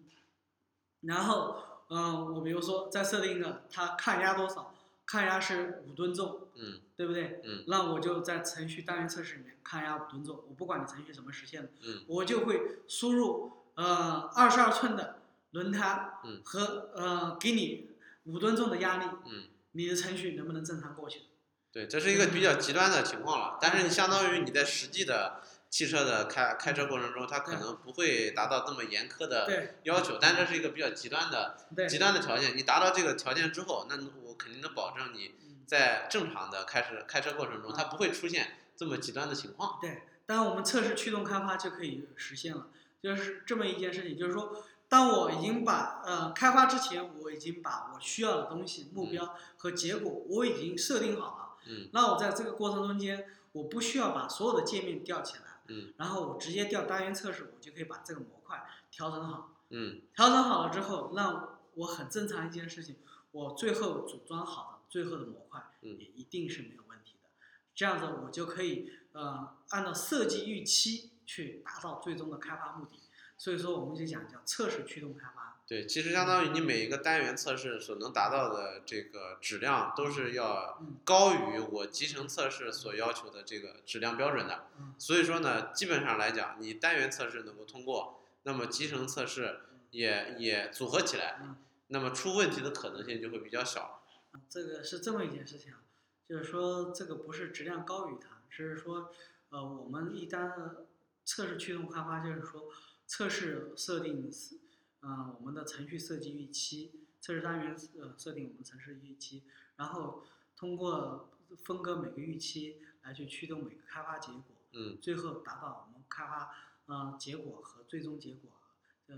Speaker 2: 然后嗯、呃我比如说再设定一个，它抗压多少？抗压是五吨重，
Speaker 1: 嗯
Speaker 2: 对不对？
Speaker 1: 嗯
Speaker 2: 那我就在程序单元测试里面抗压五吨重，我不管你程序怎么实现的，
Speaker 1: 嗯
Speaker 2: 我就会输入呃二十二寸的轮胎
Speaker 1: 嗯
Speaker 2: 和呃给你五吨重的压力，
Speaker 1: 嗯
Speaker 2: 你的程序能不能正常过去？
Speaker 1: 对，这是一个比较极端的情况了。但是你相当于你在实际的汽车的开开车过程中，它可能不会达到这么严苛的
Speaker 2: 对
Speaker 1: 要求，但这是一个比较极端的
Speaker 2: 对
Speaker 1: 极端的条件。你达到这个条件之后，那我肯定能保证你
Speaker 2: 嗯
Speaker 1: 在正常的开车开车过程中，
Speaker 2: 嗯
Speaker 1: 它不会出现这么极端的情况。
Speaker 2: 对，当我们测试驱动开发就可以实现了，就是这么一件事情，就是说，当我已经把呃开发之前，我已经把我需要的东西、目标和结果我已经设定好了，
Speaker 1: 嗯
Speaker 2: 那我在这个过程中间，我不需要把所有的界面调起来，
Speaker 1: 嗯
Speaker 2: 然后我直接调单元测试，我就可以把这个模块调整好，
Speaker 1: 嗯
Speaker 2: 调整好了之后，那我很正常一件事情，我最后组装好的最后的模块，
Speaker 1: 嗯
Speaker 2: 也一定是没有问题的。这样子我就可以呃按照设计预期去达到最终的开发目的。所以说我们就讲叫测试驱动开发。
Speaker 1: 对，其实相当于你每一个单元测试所能达到的这个质量，都是要
Speaker 2: 嗯
Speaker 1: 高于我集成测试所要求的这个质量标准的。
Speaker 2: 嗯
Speaker 1: 所以说呢，基本上来讲，你单元测试能够通过，那么集成测试也也组合起来
Speaker 2: 嗯，
Speaker 1: 那么出问题的可能性就会比较小。
Speaker 2: 这个是这么一件事情啊，就是说这个不是质量高于它，是说呃我们一般测试驱动开发就是说测试设定是，呃我们的程序设计预期，测试单元呃设定我们程序预期，然后通过分割每个预期来去驱动每个开发结果，
Speaker 1: 嗯
Speaker 2: 最后达到我们开发呃结果和最终结果呃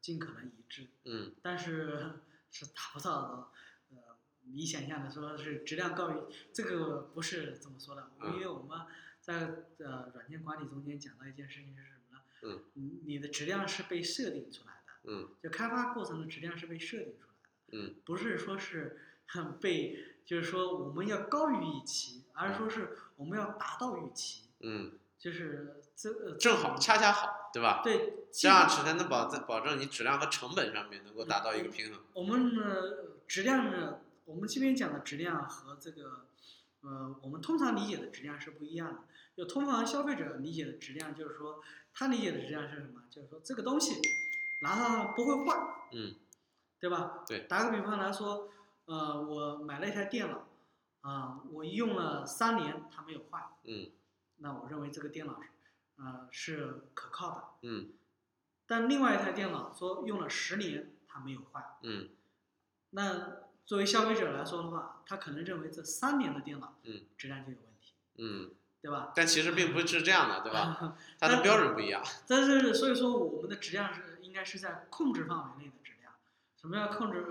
Speaker 2: 尽可能一致。
Speaker 1: 嗯
Speaker 2: 但是是达不到的。呃，你想象的说是质量高于这个不是这么说的，
Speaker 1: 嗯
Speaker 2: 因为我们在呃软件管理中间讲到一件事情是什么呢？
Speaker 1: 嗯
Speaker 2: 你，你的质量是被设定出来的，
Speaker 1: 嗯
Speaker 2: 就开发过程的质量是被设定出来的，
Speaker 1: 嗯
Speaker 2: 不是说是哼被就是说我们要高于预期，而是说是我们要达到预期，
Speaker 1: 嗯，
Speaker 2: 就是这呃
Speaker 1: 正好恰恰好，对吧？
Speaker 2: 对
Speaker 1: 这样只才能保证保证你质量和成本上面能够达到一个平衡。
Speaker 2: 我们呢，质量呢，我们这边讲的质量和这个，呃，我们通常理解的质量是不一样的。就通常消费者理解的质量，就是说他理解的质量是什么？就是说这个东西拿到不会坏，
Speaker 1: 嗯
Speaker 2: 对吧？
Speaker 1: 对
Speaker 2: 打个比方来说，呃，我买了一台电脑，啊、我用了三年它没有坏，
Speaker 1: 嗯
Speaker 2: 那我认为这个电脑是，呃，是可靠的。
Speaker 1: 嗯
Speaker 2: 但另外一台电脑说用了十年它没有坏。
Speaker 1: 嗯
Speaker 2: 那作为消费者来说的话，他可能认为这三年的电脑，
Speaker 1: 嗯，
Speaker 2: 质量就有问题，
Speaker 1: 嗯，
Speaker 2: 对吧？
Speaker 1: 但其实并不是这样的，对吧？
Speaker 2: 吧？
Speaker 1: 它的标准不一样。
Speaker 2: 但是所以说我们的质量是应该是在控制范围内的质量。什么叫控制？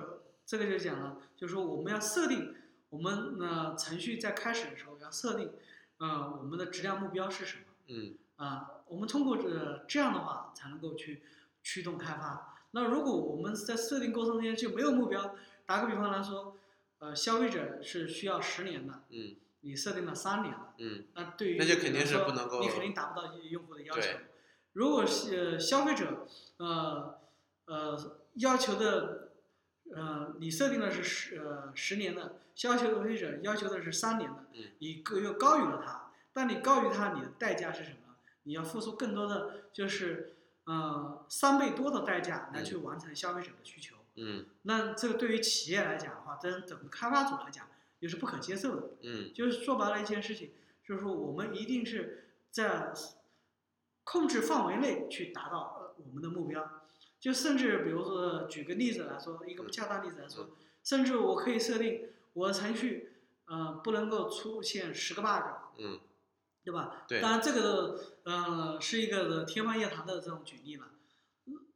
Speaker 2: 这个就讲了，就是说我们要设定我们呃程序在开始的时候要设定，呃我们的质量目标是什么。
Speaker 1: 嗯
Speaker 2: 啊、我们通过这这样的话才能够去驱动开发。那如果我们在设定过程中间就没有目标，打个比方来说，呃，消费者是需要十年的，
Speaker 1: 嗯
Speaker 2: 你设定了三年了，
Speaker 1: 嗯
Speaker 2: 那对于
Speaker 1: 那就肯定是
Speaker 2: 你来说
Speaker 1: 不能够
Speaker 2: 你肯定达不到用户的要求
Speaker 1: 对。
Speaker 2: 如果是、呃消费者，呃呃要求的，呃你设定的是十呃十年的，消费者要求的是三年的，
Speaker 1: 嗯
Speaker 2: 你个又高于了它，但你高于它，你的代价是什么？你要付出更多的，就是呃三倍多的代价来去完成消费者的需求。
Speaker 1: 嗯
Speaker 2: 那这个对于企业来讲的话，跟整个开发组来讲也是不可接受的。
Speaker 1: 嗯
Speaker 2: 就是说白了一件事情，就是说我们一定是在控制范围内去达到呃我们的目标。就甚至比如说举个例子来说，一个不恰当例子来说，甚至我可以设定我的程序，呃，不能够出现十个 bug，
Speaker 1: 嗯
Speaker 2: 对吧？
Speaker 1: 对
Speaker 2: 当然这个呃是一个天方夜谭的这种举例了，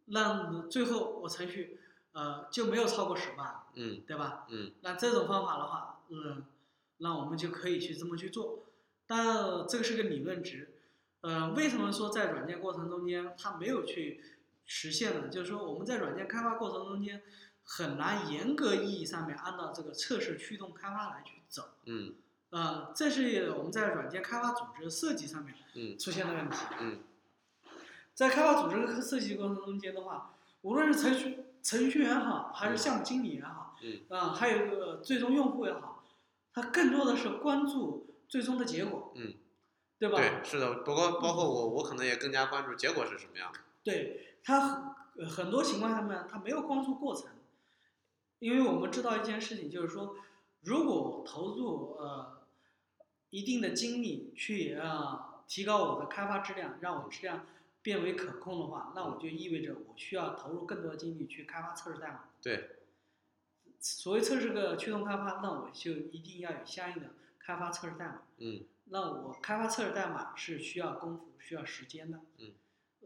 Speaker 2: 让最后我程序呃就没有超过十 bug，
Speaker 1: 嗯
Speaker 2: 对吧？
Speaker 1: 嗯
Speaker 2: 那这种方法的话，嗯，那我们就可以去这么去做。但这个是个理论值，呃，为什么说在软件过程中间它没有去实现呢？就是说我们在软件开发过程中间很难严格意义上面按照这个测试驱动开发来去走。
Speaker 1: 嗯
Speaker 2: 呃，这是我们在软件开发组织设计上面
Speaker 1: 嗯
Speaker 2: 出现的问题。啊
Speaker 1: 嗯
Speaker 2: 在开发组织和设计过程中间的话，无论是程序程序员好，还是项目经理也好，
Speaker 1: 嗯，
Speaker 2: 啊、还有呃最终用户也好，他更多的是关注最终的结果，
Speaker 1: 嗯，
Speaker 2: 对吧？
Speaker 1: 对，是的，不过包括我，我可能也更加关注结果是什么样的。
Speaker 2: 对他很呃很多情况下面，他没有关注过程，因为我们知道一件事情，就是说，如果投入呃一定的精力去啊提高我的开发质量，让我质量变为可控的话，那我就意味着我需要投入更多的精力去开发测试代码。
Speaker 1: 对，
Speaker 2: 所谓测试个驱动开发，那我就一定要有相应的开发测试代码。
Speaker 1: 嗯
Speaker 2: 那我开发测试代码是需要功夫、需要时间的。
Speaker 1: 嗯。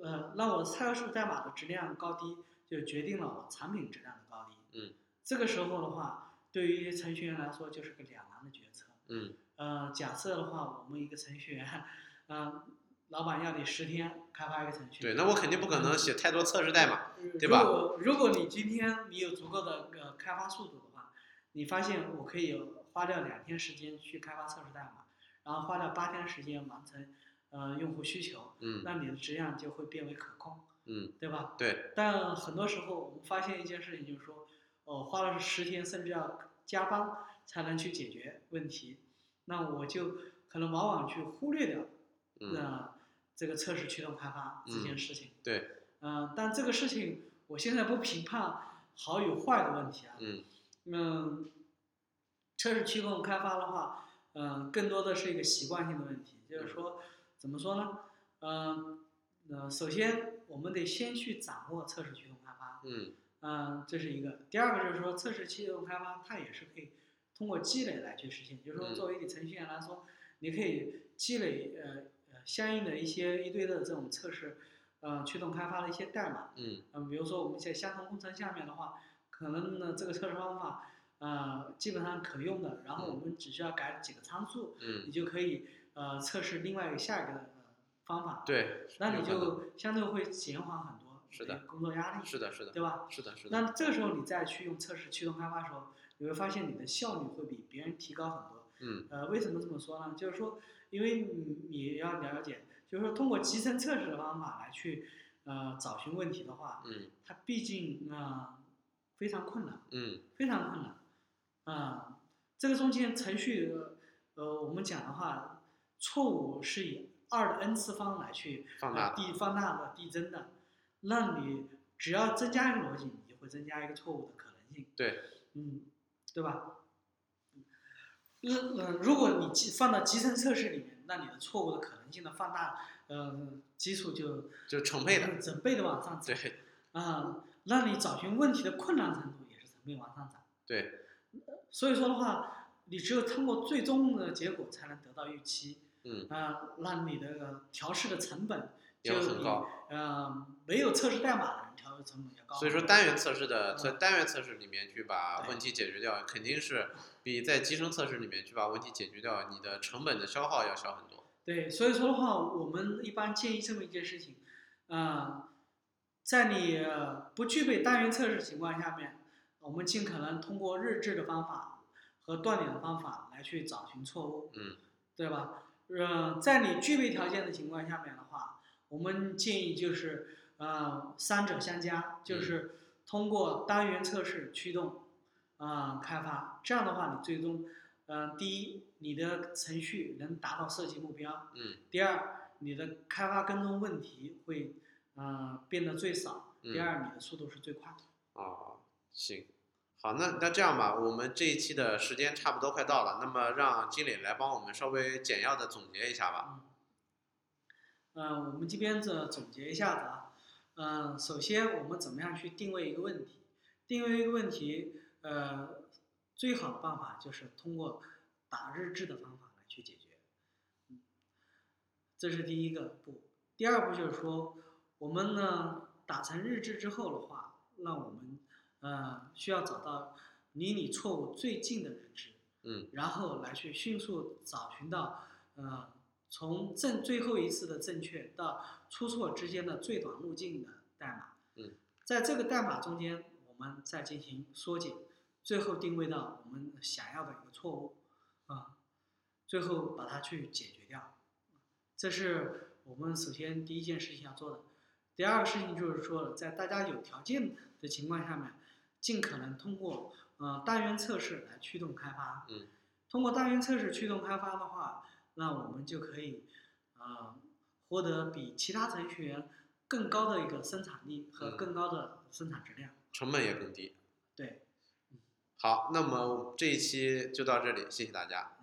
Speaker 2: 呃，那我测试代码的质量高低，就决定了我产品质量的高低。
Speaker 1: 嗯。
Speaker 2: 这个时候的话，对于一些程序员来说，就是个两难的决策。
Speaker 1: 嗯
Speaker 2: 呃，假设的话，我们一个程序员，呃，老板要你十天开发一个程序。嗯
Speaker 1: 对，那我肯定不可能写太多测试代码。
Speaker 2: 呃
Speaker 1: 对吧
Speaker 2: 如果如果你今天你有足够的呃开发速度的话，你发现我可以花掉两天时间去开发测试代码，然后花掉八天时间完成呃用户需求，
Speaker 1: 嗯
Speaker 2: 那你的质量就会变为可控，
Speaker 1: 嗯，
Speaker 2: 对吧？
Speaker 1: 对，
Speaker 2: 但很多时候我们发现一件事情，就是说，呃，花了十天甚至要加班才能去解决问题，那我就可能往往去忽略掉
Speaker 1: 嗯
Speaker 2: 那这个测试驱动开发这件事情。
Speaker 1: 对，
Speaker 2: 嗯，但这个事情我现在不评判好与坏的问题啊。
Speaker 1: 嗯
Speaker 2: 嗯，测试驱动开发的话，嗯，更多的是一个习惯性的问题，就是说，怎么说呢？嗯，呃，首先我们得先去掌握测试驱动开发，
Speaker 1: 嗯
Speaker 2: 嗯，这是一个。第二个就是说，测试驱动开发它也是可以通过积累来去实现，就是说，
Speaker 1: 嗯
Speaker 2: 作为你程序员来说，你可以积累呃呃相应的一些一堆的这种测试，呃驱动开发的一些代码，
Speaker 1: 嗯
Speaker 2: 嗯、比如说我们在相同工程下面的话，可能呢这个测试方法呃基本上可用的，然后我们只需要改几个参数，
Speaker 1: 嗯，
Speaker 2: 你就可以呃测试另外一个下一个呃方法，
Speaker 1: 对，
Speaker 2: 那你
Speaker 1: 有可能
Speaker 2: 就相对会减缓很多
Speaker 1: 是
Speaker 2: 你的
Speaker 1: 的
Speaker 2: 工作压力，
Speaker 1: 是的，是的，
Speaker 2: 对吧？
Speaker 1: 是的，是的，
Speaker 2: 那这个时候你再去用测试驱动开发的时候，你会发现你的效率会比别人提高很多。
Speaker 1: 嗯
Speaker 2: 呃，为什么这么说呢？就是说，因为你你要了解，就是说通过集成测试的方法来去呃找寻问题的话，
Speaker 1: 嗯
Speaker 2: 它毕竟啊、呃非常困难，
Speaker 1: 嗯
Speaker 2: 非常困难。啊、这个中间程序呃我们讲的话，错误是以二的 n 次方来去
Speaker 1: 放大
Speaker 2: 呃递放大的递增的，那你只要增加一个逻辑，你就会增加一个错误的可能性，
Speaker 1: 对，
Speaker 2: 嗯，对吧？那、呃、如果你集放到集成测试里面，那你的错误的可能性的放大，呃，基数就
Speaker 1: 就成倍的，
Speaker 2: 整倍的往上涨，
Speaker 1: 对
Speaker 2: 啊、那你找寻问题的困难程度也是成倍往上涨。
Speaker 1: 对，
Speaker 2: 所以说的话，你只有通过最终的结果才能得到预期。
Speaker 1: 嗯
Speaker 2: 啊、那你的呃调试的成本
Speaker 1: 也
Speaker 2: 就
Speaker 1: 会很
Speaker 2: 比
Speaker 1: 高。
Speaker 2: 呃没有测试代码的人调试成本要高。
Speaker 1: 所以说单元测试的测
Speaker 2: 哦嗯
Speaker 1: 单元测试里面去把
Speaker 2: 对
Speaker 1: 问题解决掉，肯定是比在集成测试里面去把问题解决掉，你的成本的消耗要小很多。
Speaker 2: 对，所以说的话，我们一般建议这么一件事情，啊、在你呃不具备单元测试情况下面，我们尽可能通过日志的方法和断点的方法来去找寻错误，
Speaker 1: 嗯
Speaker 2: 对吧？呃，在你具备条件的情况下面的话，我们建议就是呃三者相加，就是通过单元测试驱动啊、呃开发，这样的话你最终。嗯、第一，你的程序能达到设计目标，
Speaker 1: 嗯
Speaker 2: 第二，你的开发跟踪问题会呃变得最少。
Speaker 1: 嗯
Speaker 2: 第二，你的速度是最快的。
Speaker 1: 啊，行，好，那那这样吧，我们这一期的时间差不多快到了，那么让经理来帮我们稍微简要的总结一下吧。
Speaker 2: 嗯，呃，我们这边这总结一下子啊，嗯、首先我们怎么样去定位一个问题？定位一个问题，呃，最好的办法就是通过打日志的方法来去解决。嗯，这是第一个步。第二步就是说，我们呢打成日志之后的话，那我们呃需要找到离你错误最近的日志。
Speaker 1: 嗯
Speaker 2: 然后来去迅速找寻到，呃，从正最后一次的正确到出错之间的最短路径的代码。
Speaker 1: 嗯，
Speaker 2: 在这个代码中间，我们再进行缩减，最后定位到我们想要的一个错误，啊、最后把它去解决掉。这是我们首先第一件事情要做的。第二个事情就是说，在大家有条件的情况下面，尽可能通过呃单元测试来驱动开发。
Speaker 1: 嗯。
Speaker 2: 通过单元测试驱动开发的话，那我们就可以呃获得比其他程序员更高的一个生产力和
Speaker 1: 嗯
Speaker 2: 更高的生产质量。
Speaker 1: 成本也更低。
Speaker 2: 对，
Speaker 1: 好，那么这一期就到这里，谢谢大家。